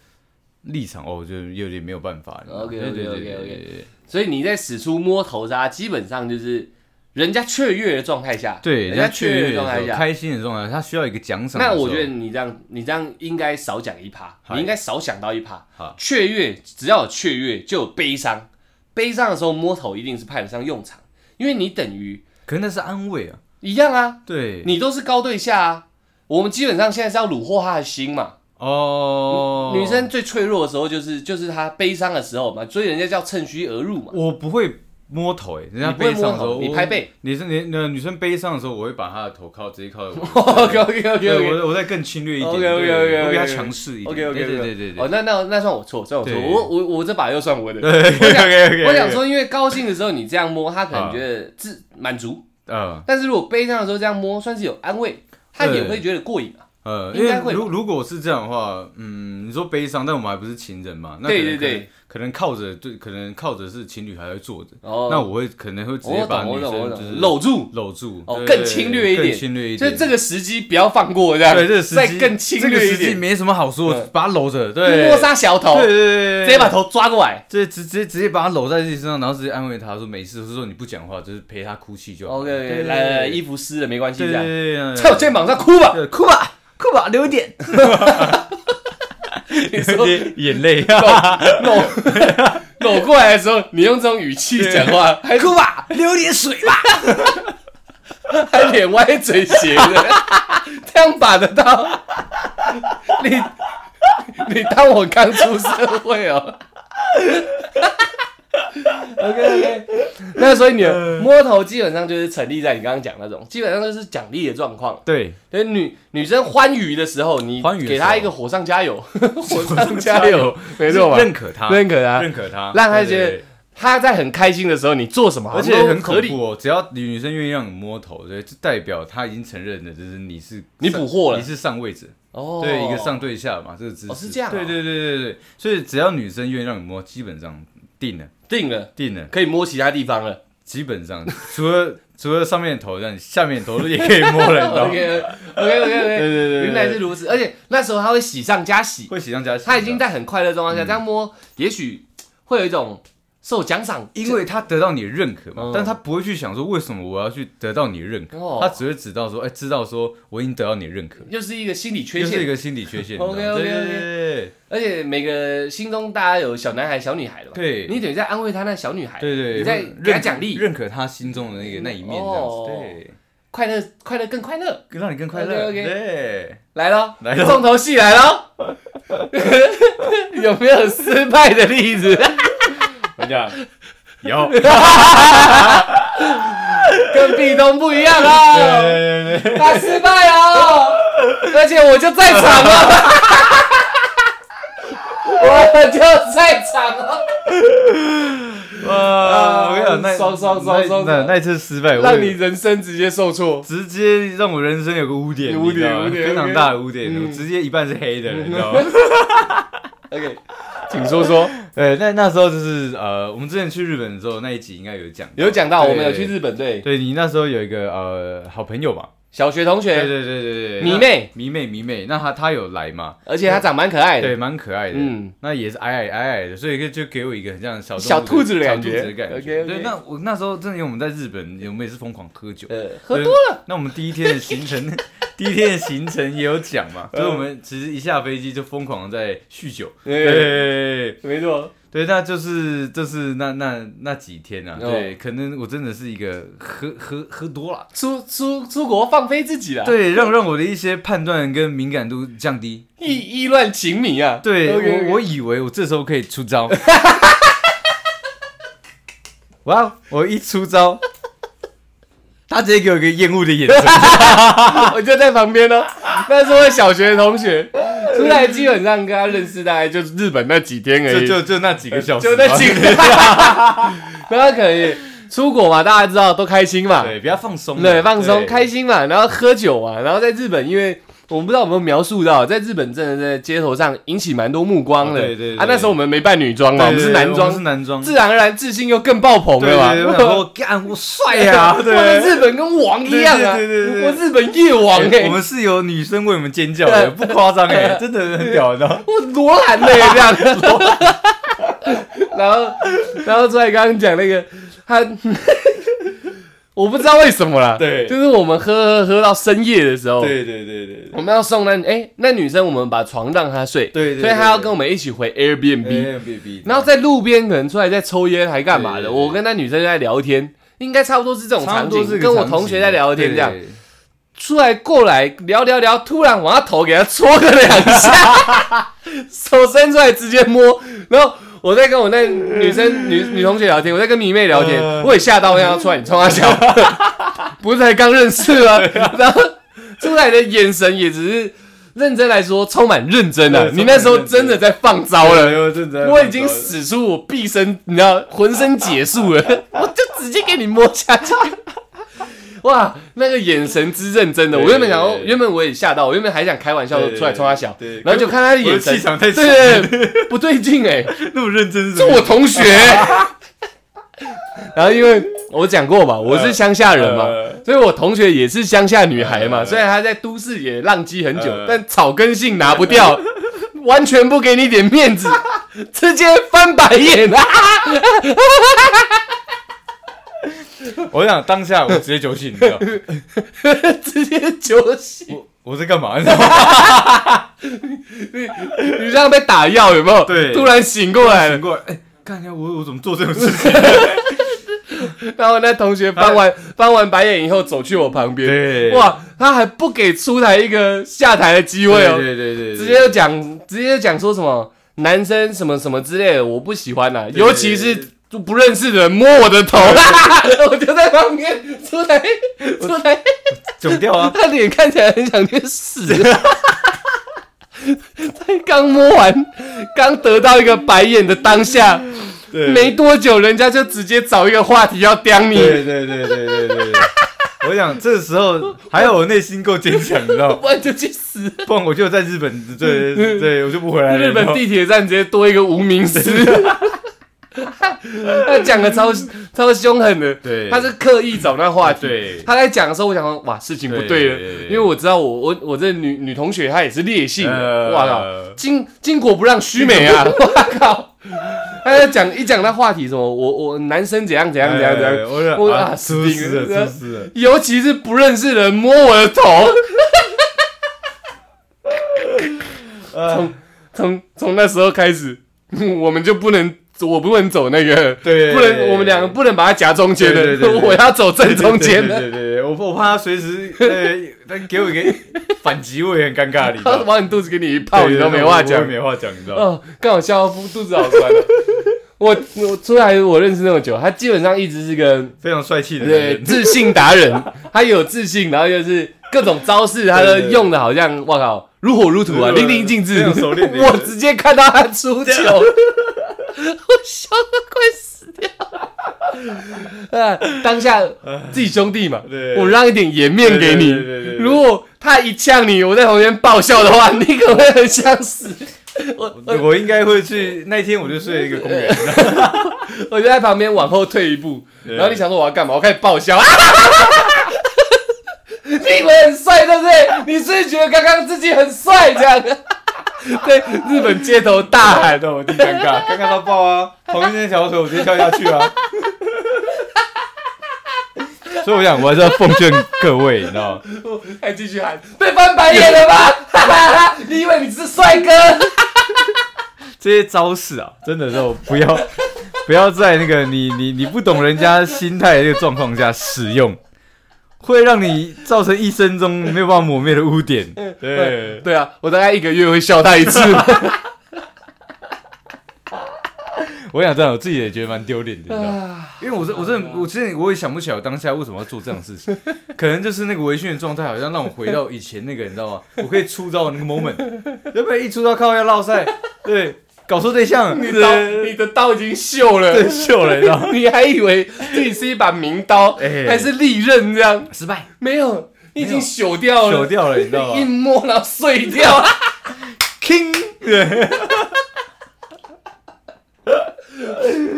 B: 立场哦，就有点没有办法。
A: OK，OK，OK，OK
B: 对对对对对对对
A: 所以你在使出摸头杀，基本上就是人家雀跃的状态下，
B: 对，
A: 人
B: 人
A: 家
B: 家
A: 雀跃
B: 雀
A: 的
B: 跃
A: 状
B: 的
A: 态
B: 时候，
A: 下。
B: 开心的状态，他需要一个奖赏的时
A: 那
B: 候。
A: 我觉得你这样，你这样应该少讲一趴，
B: 嗨
A: 你应该少想到一趴
B: 好。
A: 雀跃，只要有雀跃，就有悲伤。悲伤的时候摸头一定是派得上用场，因为你等于
B: 可是那是安慰啊。
A: 一样啊，
B: 对，
A: 你都是高对下啊。我们基本上现在是要虏获他的心嘛。
B: 哦，
A: 女生最脆弱的时候就是就是她悲伤的时候嘛，所以人家叫趁虚而入嘛。
B: 我不会摸头欸诶、人家
A: 你不会
B: 悲伤的时
A: 摸
B: 候，
A: 头你
B: 我
A: 拍背。
B: 女生女呃女生悲伤的时候，我会把她的头靠直接靠在 我
A: OK OK OK
B: 对
A: OK，
B: 我我再更侵略一点
A: OK，OK，OK，
B: 对
A: OK，OK，
B: 我比她强势一点
A: OK OK
B: 对对对对
A: 哦，
B: 对
A: 那那那算我错，算我错，
B: 对
A: 我我我这把又算我的。
B: 对，OK OK，
A: 我想说，因为高兴的时候你这样摸，他可能
B: 啊
A: 觉得自满足；
B: 呃
A: 但是如果悲伤的时候这样摸，算是有安慰，他也会觉得过瘾啊。
B: 呃，
A: 应
B: 因
A: 该
B: 为
A: 会吧
B: 如如果是这样的话，嗯，你说悲伤，但我们还不是情人嘛，那可
A: 对对
B: 能
A: 对，
B: 可能可能靠着对，可能靠着是情侣还会坐着，
A: 哦，
B: 那我会可能会直接
A: 我
B: 把
A: 懂我
B: 女
A: 懂我
B: 生就是
A: 懂，搂住，
B: 搂住，
A: 哦
B: 对
A: 更侵略一点
B: 更侵略一
A: 所
B: 点，
A: 以这个时机不要放过，这样
B: 对，这个时
A: 再
B: 机
A: 更侵
B: 这个
A: 略一
B: 时机
A: 点，
B: 没什么好说
A: 嗯，
B: 把他搂着，对，
A: 摸杀小头
B: 对，对对对，
A: 直接把头抓过来。
B: 这直直接直接把他搂在自己身上，然后直接安慰他说没事，就是说你不讲话，就是陪他哭泣就好。
A: OK，
B: 对对对
A: 来来来，衣服湿了没关系，
B: 对
A: 这
B: 对
A: 样
B: 对对，
A: 在我肩膀上哭吧，
B: 膀，哭吧哭吧，流一 点，
A: 你
B: 流
A: 说
B: 点眼泪
A: 搂搂搂过来的时候，你用这种语气讲话，还
B: 哭吧，流点水吧。
A: 还脸歪嘴斜的， 这样把得到？ 你你当我刚出社会哦？OK OK，那所以你
B: 嗯
A: 的摸头基本上就是成立在你刚刚讲那种，基本上就是奖励的状况。
B: 对，
A: 所以女女生欢愉的时候，你
B: 欢愉的时候
A: 给她一个火上加油，火上加 油， 没错吧？
B: 认可他，
A: 认可她，
B: 认可他，
A: 让他
B: 对对
A: 觉得
B: 对
A: 她在很开心的时候，你做什么好
B: 而
A: 像
B: 且
A: 都
B: 很
A: 合
B: 恐
A: 理，
B: 怖哦，只要女生愿意让你摸头，对，就代表她已经承认了，就是你是
A: 你捕获了
B: 你是上位者，
A: 哦
B: 对，一个上对下嘛，这个姿势、
A: 哦是这样啊
B: 对对对对对，所以只要女生愿意让你摸，基本上定了，
A: 定了，
B: 定了，
A: 可以摸其他地方了。
B: 基本上 除了除了上面的头，让你下面的头也可以摸了，你知道
A: OK
B: 吗？
A: OK OK OK，
B: 对对对对对
A: 原来是如此。而且那时候他会喜上加喜，
B: 会喜上加喜，
A: 他已经在很快乐的状
B: 嗯
A: 况下这样摸，也许会有一种受奖赏，
B: 因为他得到你的认可嘛
A: 嗯，
B: 但他不会去想说为什么我要去得到你的认可，
A: 哦
B: 他只会知道说，哎、知道说我已经得到你的认可，
A: 又是一个心理缺
B: 又是一
A: 陷。
B: 个心理缺陷。
A: OK，OK，OK
B: 你知道吗对对对对
A: 而且每个心中大家有小男孩、小女孩的嘛，
B: 对
A: 你等于在安慰他那小女孩，
B: 对对对，
A: 你在给他
B: 认
A: 奖励，
B: 认可他心中的那个那一面，这样
A: 哦
B: 子，对，
A: 快乐快乐更快乐，
B: 让你更快乐。
A: OK，OK
B: 对，
A: 来喽，
B: 来咯
A: 重头戏来喽， 有没有失败的例子？我讲
B: 有，
A: 哎跟壁咚不一样啊。
B: 对对 对，
A: 他失败哦， 而且我就在场啊了， 我就在场哦了， 啊
B: 哇！我跟你讲，那
A: 爽爽爽
B: 那
A: 爽
B: 那那一次失败，我
A: 哎让你人生直接受挫。
B: 直接让我人生有个污点，
A: 有污点
B: 你知道吗
A: 污点
B: 非常
A: OK
B: 大的污点，
A: 嗯
B: 我直接一半是黑的，你知道吗？
A: OK，请说说，
B: 对，那那时候就是呃，我们之前去日本的时候那一集应该有讲，
A: 有讲到
B: 对
A: 我们有去日本队，
B: 对你那时候有一个呃好朋友嘛，
A: 小学同
B: 对
A: 学，
B: 对对对对，
A: 迷妹
B: 那迷妹迷妹，那他他有来嘛？
A: 而且他长蛮可爱
B: 对，
A: 的，
B: 蛮可爱的，
A: 嗯
B: 那也是矮矮矮矮的，所以就给我一个很像小动物
A: 小兔子的感觉
B: 小兔子的感觉。
A: OK，OK
B: 对，那我那时候真的，因为我们在日本，我们也是疯狂喝酒，
A: 呃，喝多了，
B: 那我们第一天的行 程，第一天的行程也有讲嘛，所以我们其实一下飞机就疯狂地在酗酒。对
A: 对，
B: 对
A: 没错，
B: 对，那就是就是那那那几天啊，
A: 哦
B: 对，可能我真的是一个喝喝喝多了，
A: 出出出国放飞自己了，
B: 对，让让我的一些判断跟敏感度降低。
A: 意意乱情迷啊，
B: 对
A: OK，OK
B: 我我以为我这时候可以出 招，哇，哦我一出招，他直接给我一个厌恶的眼神。
A: 我就在旁边呢。那是我小学同学，出来基本上跟他认识大概就是日本那几天而
B: 就
A: 已，
B: 就就那几个小时吧，
A: 就那几 天。然后可能也出国嘛，大家知道都开心嘛，
B: 对，比较放松嘛，啊
A: 对，放松开
B: 心。
A: 心嘛，然后喝酒嘛，然后在日本，因为我们不知道有没有描述到，在日本真的在街头上引起蛮多目光的。
B: 哦对对对
A: 啊，那时候我们没扮女装嘛，
B: 对
A: 我们是
B: 对
A: 男
B: 我们是
A: 装，
B: 男装，
A: 自然而然自信又更爆棚
B: 对
A: 了嘛。哎
B: 对，我想说干我帅呀，对
A: 啊 我
B: 啊
A: 的日本跟王一样啊！
B: 对对对对对
A: 我日本夜王哎、
B: 我们是有女生为我们尖叫的，不夸张哎，真的很 屌的。
A: 我罗兰的耶这样，然后然后出来刚刚讲那个他， 我不知道为什么啦，
B: 对
A: 就是我们喝喝喝到深夜的时候，
B: 对对对对
A: 我们要送那哎、那女生，我们把床让她睡，
B: 对对对
A: 所以她要跟我们一起回 Airbnb，、
B: B B，
A: 然后在路边可能出来在抽烟还干嘛的，
B: 对对对
A: 我跟那女生在聊天，应该差不多是这种
B: 差
A: 场
B: 不多
A: 景，
B: 是
A: 跟我同学在聊天这样，
B: 对
A: 出来过来聊聊聊，突然往他头给他戳个两下， 手伸出来直接摸，然后我在跟我那女生女
B: 嗯
A: 女同学聊天，我在跟迷妹聊天，
B: 呃
A: 我也吓到，我想要出来，你冲他笑， 不是才刚认识吗？然后出来的眼神也只是认真来说充满认真啊
B: 对，
A: 你那时候
B: 充满认
A: 真
B: 真
A: 的在放招了。
B: 我哎真 的
A: 我已经使出我毕生，你知道，浑身解数 了，我就直接给你摸下去。哇，那个眼神之认真的，
B: 对
A: 我原本想说
B: 对，对
A: 原本我也吓到，我原本还想开玩笑
B: 对对
A: 出来冲他笑
B: 对对，
A: 然后就看他的眼
B: 我
A: 神，
B: 的气场太爽
A: 对对对不对劲哎，
B: 那么认真，
A: 是我同学。 然后因为我讲过嘛，我是乡下人嘛，
B: 呃
A: 所以我同学也是乡下女孩嘛，
B: 呃
A: 虽然她在都市也浪迹很久，
B: 呃
A: 但草根性拿不掉， 完全不给你点面子， 直接翻白眼啊！
B: 我想当下我直接酒醒，你 知道
A: 直接酒醒，
B: 我我在干嘛？你知道 吗？
A: 你这样被打药有没有？
B: 对
A: 突然醒过来了
B: 醒。过来，哎，看一下我我怎么做这种事 情？
A: 然后那同学翻完翻完白眼以后走去我旁边，
B: 对，
A: 哇，他还不给出台一个下台的机
B: 对，
A: 会
B: 对
A: 哦，
B: 对对对，
A: 直接就讲直接就讲说什么男生什么什么之类的，我不喜欢呐、
B: 对
A: 尤其是就不认识的人摸我的头， 我就在旁边出来出来，
B: 肿掉啊！
A: 他脸看起来很想去死。 他刚摸完，刚得到一个白眼的当下，
B: 对
A: 没多久人家就直接找一个话题要刁你，
B: 对对对对对对 对。我想这时候还有我内心够坚强，你 知道吗？
A: 不然就去死。
B: 不然我就在日本，对对对，我就不回来了。
A: 日
B: 你知道
A: 本
B: 吗
A: 地铁站直接多一个无名 尸， 他讲的超超凶狠的，
B: 对
A: 他是刻意找那话题。
B: 对
A: 他在讲的时候，我想说，哇，事情不对了，
B: 对对对对
A: 因为我知道我我我这女女同学她也是烈性的，
B: 呃
A: 哇靠，巾巾帼不让须眉 啊，哇靠！他在讲一讲那话题什么，我我男生怎样怎样怎样怎
B: 哎
A: 样，
B: 我说
A: 我
B: 啊，
A: 啊
B: 是不是
A: 死定了
B: 了，是不是了？
A: 尤其是不认识的人摸我的头，
B: 呃，
A: 从从那时候开始，我们就不能，我不能走那个，
B: 对
A: 不能，我们两个不能把它夹中间
B: 对对
A: 的
B: 对，对
A: 我要走正中间
B: 对
A: 的，
B: 对对对，对我我怕他随时呃，他给我一个反击，我也很尴尬，你知
A: 他
B: 道吗？
A: 往你肚子给你一泡，哦你都没话
B: 对对
A: 讲
B: 对我我。也没话讲，你知道吗？
A: 哦，刚好笑到肚子好 酸了。我我出来我认识那么久，他基本上一直是个
B: 非常帅气的男
A: 对
B: 人，
A: 自信达人，他有自信，然后又是各种招式，他都
B: 对对对
A: 用的好像我靠如火如荼啊，
B: 对
A: 淋漓尽
B: 非
A: 致。
B: 常熟练的一个
A: 我直接看到他出球，
B: 啊
A: 我笑的快死掉了。啊，当下自己兄弟嘛，
B: 对
A: 我让一点颜面给你
B: 对对对对对。对
A: 如果他一呛你，我在旁边爆笑的话，你可能会很想死。我我
B: 我应该会去那一天，我就睡一个公园，你知道吗
A: 我就在旁边往后退一步，
B: 对
A: 然后你想说我要干嘛？我开始爆笑啊！你以为很帅对不对？你是不是觉得刚刚自己很帅这样？ 对，日本街头大喊的，我的
B: 尴 尬，尴尬到爆啊！旁边那些小丑我直接跳下 去啊！所以我想，我还是要奉劝各位，你知 道吗？
A: 还哎继续喊，被翻白眼了吧？ 哈哈哈！你以为你是帅哥？
B: 这些招式啊，真的都不要不要在那个你你你不懂人家心态的这个状况下使用，会让你造成一生中没有办法抹灭的污点。对，
A: 对啊，我大概一个月会笑他一次。
B: 我想这样，我自己也觉得蛮丢脸的，你知道吗？因为我真我真的我之前我也想不起来我当下为什么要做这样的事情，可能就是那个微醺的状态，好像让我回到以前那个，你知道吗？我可以出招的那个 moment，要不然一出招靠要落赛，对，搞错对象了，
A: 你刀，
B: 对，
A: 你的刀已经锈了，
B: 对秀了，你知 道吗？
A: 你还以为自己是一把名刀，
B: 哎
A: 还是利刃这样？
B: 失败，
A: 没有，你已
B: 没
A: 经
B: 有
A: 朽掉了，
B: 朽掉了，你知道吗
A: 一？摸然后碎掉。
B: king，对，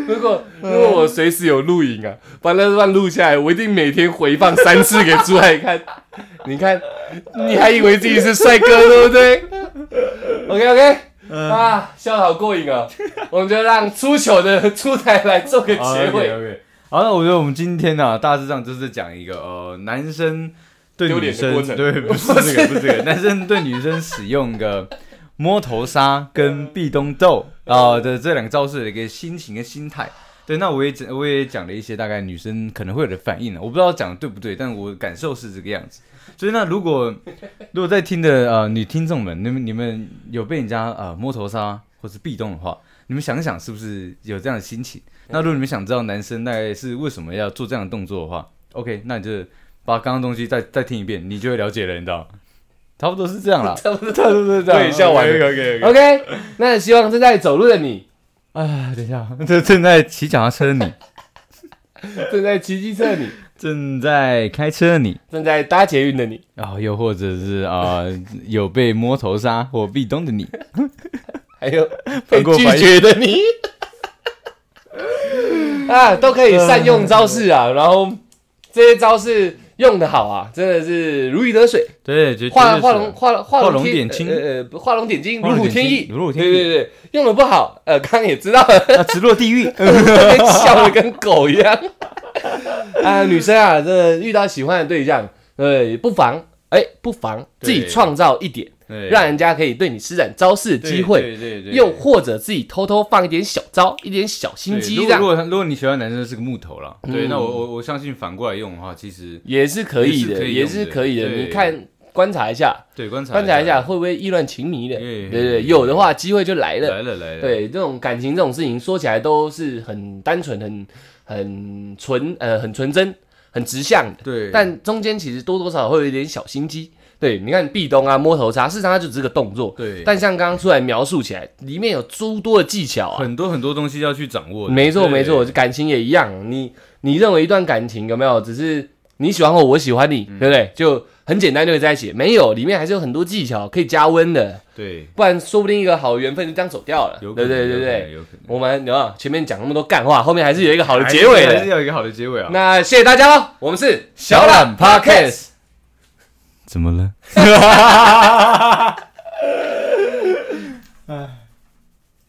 A: 如果如果我随时有录影啊，把那段录下来，我一定每天回放三次给朱海看。 你看，你还以为自己是帅哥，对不对？OK OK，、啊，笑得好过瘾啊！我们就让出糗的出台来做 个结尾。
B: OK，好，那我觉得我们今天呢、啊，大致上就是讲一个呃，男生对
A: 丢
B: 女
A: 脸的过程
B: 生，对，不是 这个，不是这个，男生对女生使用个摸头杀跟壁咚豆啊、呃的这两个招式的一个心情跟心态。对，那我也讲，我也讲了一些大概女生可能会有的反应啊了，我不知道讲的对不对，但我感受是这个样子。所以那如果 如果在听的呃女听众们，你们你们有被人家呃摸头杀或是壁咚的话，你们想想是不是有这样的心情？那如果你们想知道男生大概是为什么要做这样的动作的话，OK，那你就把刚刚东西再再听一遍，你就会了解了，你知道吗？ 差不多是这样啦，
A: 差不多
B: 差不多是这样。
A: 对笑完了
B: OK OK。
A: OK，那希望正在走路的你，
B: 啊，等一下，这正在骑脚踏车的你，
A: 正在骑机车的你，
B: 正在开车的你，
A: 正在搭捷运的你，
B: 然、后又或者是啊、呃有被摸头杀或壁咚的你，
A: 还有
B: 放
A: 被
B: 过
A: 拒
B: 白
A: 绝的你， 啊，都可以善用招式啊。然后这些招式用的好啊，真的是如鱼得水，
B: 对，就
A: 画画龙画画
B: 画龙
A: 天
B: 点睛
A: 呃呃，画龙点睛，
B: 画
A: 如
B: 龙
A: 虎
B: 点睛
A: 添翼，
B: 如虎
A: 对
B: 添翼
A: 对对，用的不好，呃，刚刚也知道了。
B: 啊，直落 地狱。
A: 笑的跟狗一样。 啊，女生啊，真的遇到喜欢的对象，对，不妨哎、不妨自
B: 对
A: 己创造一点，
B: 对
A: 让人家可以对你施展招式的机会，
B: 对对对，
A: 又或者自己偷偷放一点小招，一点小心
B: 对
A: 机
B: 如
A: 这
B: 果如
A: 样
B: 果他如果你喜欢男生是个木头啦，
A: 嗯
B: 对，那我我我相信反过来用的话，其实
A: 也是可以的，也
B: 也
A: 是
B: 是
A: 可
B: 可
A: 以
B: 以
A: 的。
B: 用的对
A: 你看观察一下，
B: 对观察
A: 观察一下会不会意乱情迷的，对
B: 对
A: 对，有的话机会就来了。
B: 来了来了，
A: 对，这种感情这种事情说起来都是很单纯、很很纯、呃很纯真、很直向的，
B: 对，
A: 但中间其实多多少少会有一点小心机。对，你看壁咚啊、摸头杀，事实上它就只是个动作，
B: 对
A: 但像刚刚出来描述起来，里面有诸多的技巧啊。
B: 很多很多东西要去掌握的，
A: 没错，
B: 对
A: 没错，，感情也一样。你你认为一段感情有没有只是你喜欢我，我喜欢你，
B: 嗯
A: 对不对？就很简单就可以在一起？没有，里面还是有很多技巧可以加温的，
B: 对，
A: 不然说不定一个好的缘分就这样走掉了，对
B: 有
A: 不
B: 可
A: 对？
B: 能
A: 对不
B: 有可
A: 对
B: 能？有可能。
A: 我们有没有前面讲那么多干话，后面还是有一个好的结尾
B: 还是
A: 的。
B: 要有一个好的结尾啊！
A: 那谢谢大家喽，我们是小懒 Podcast。
B: 怎么了？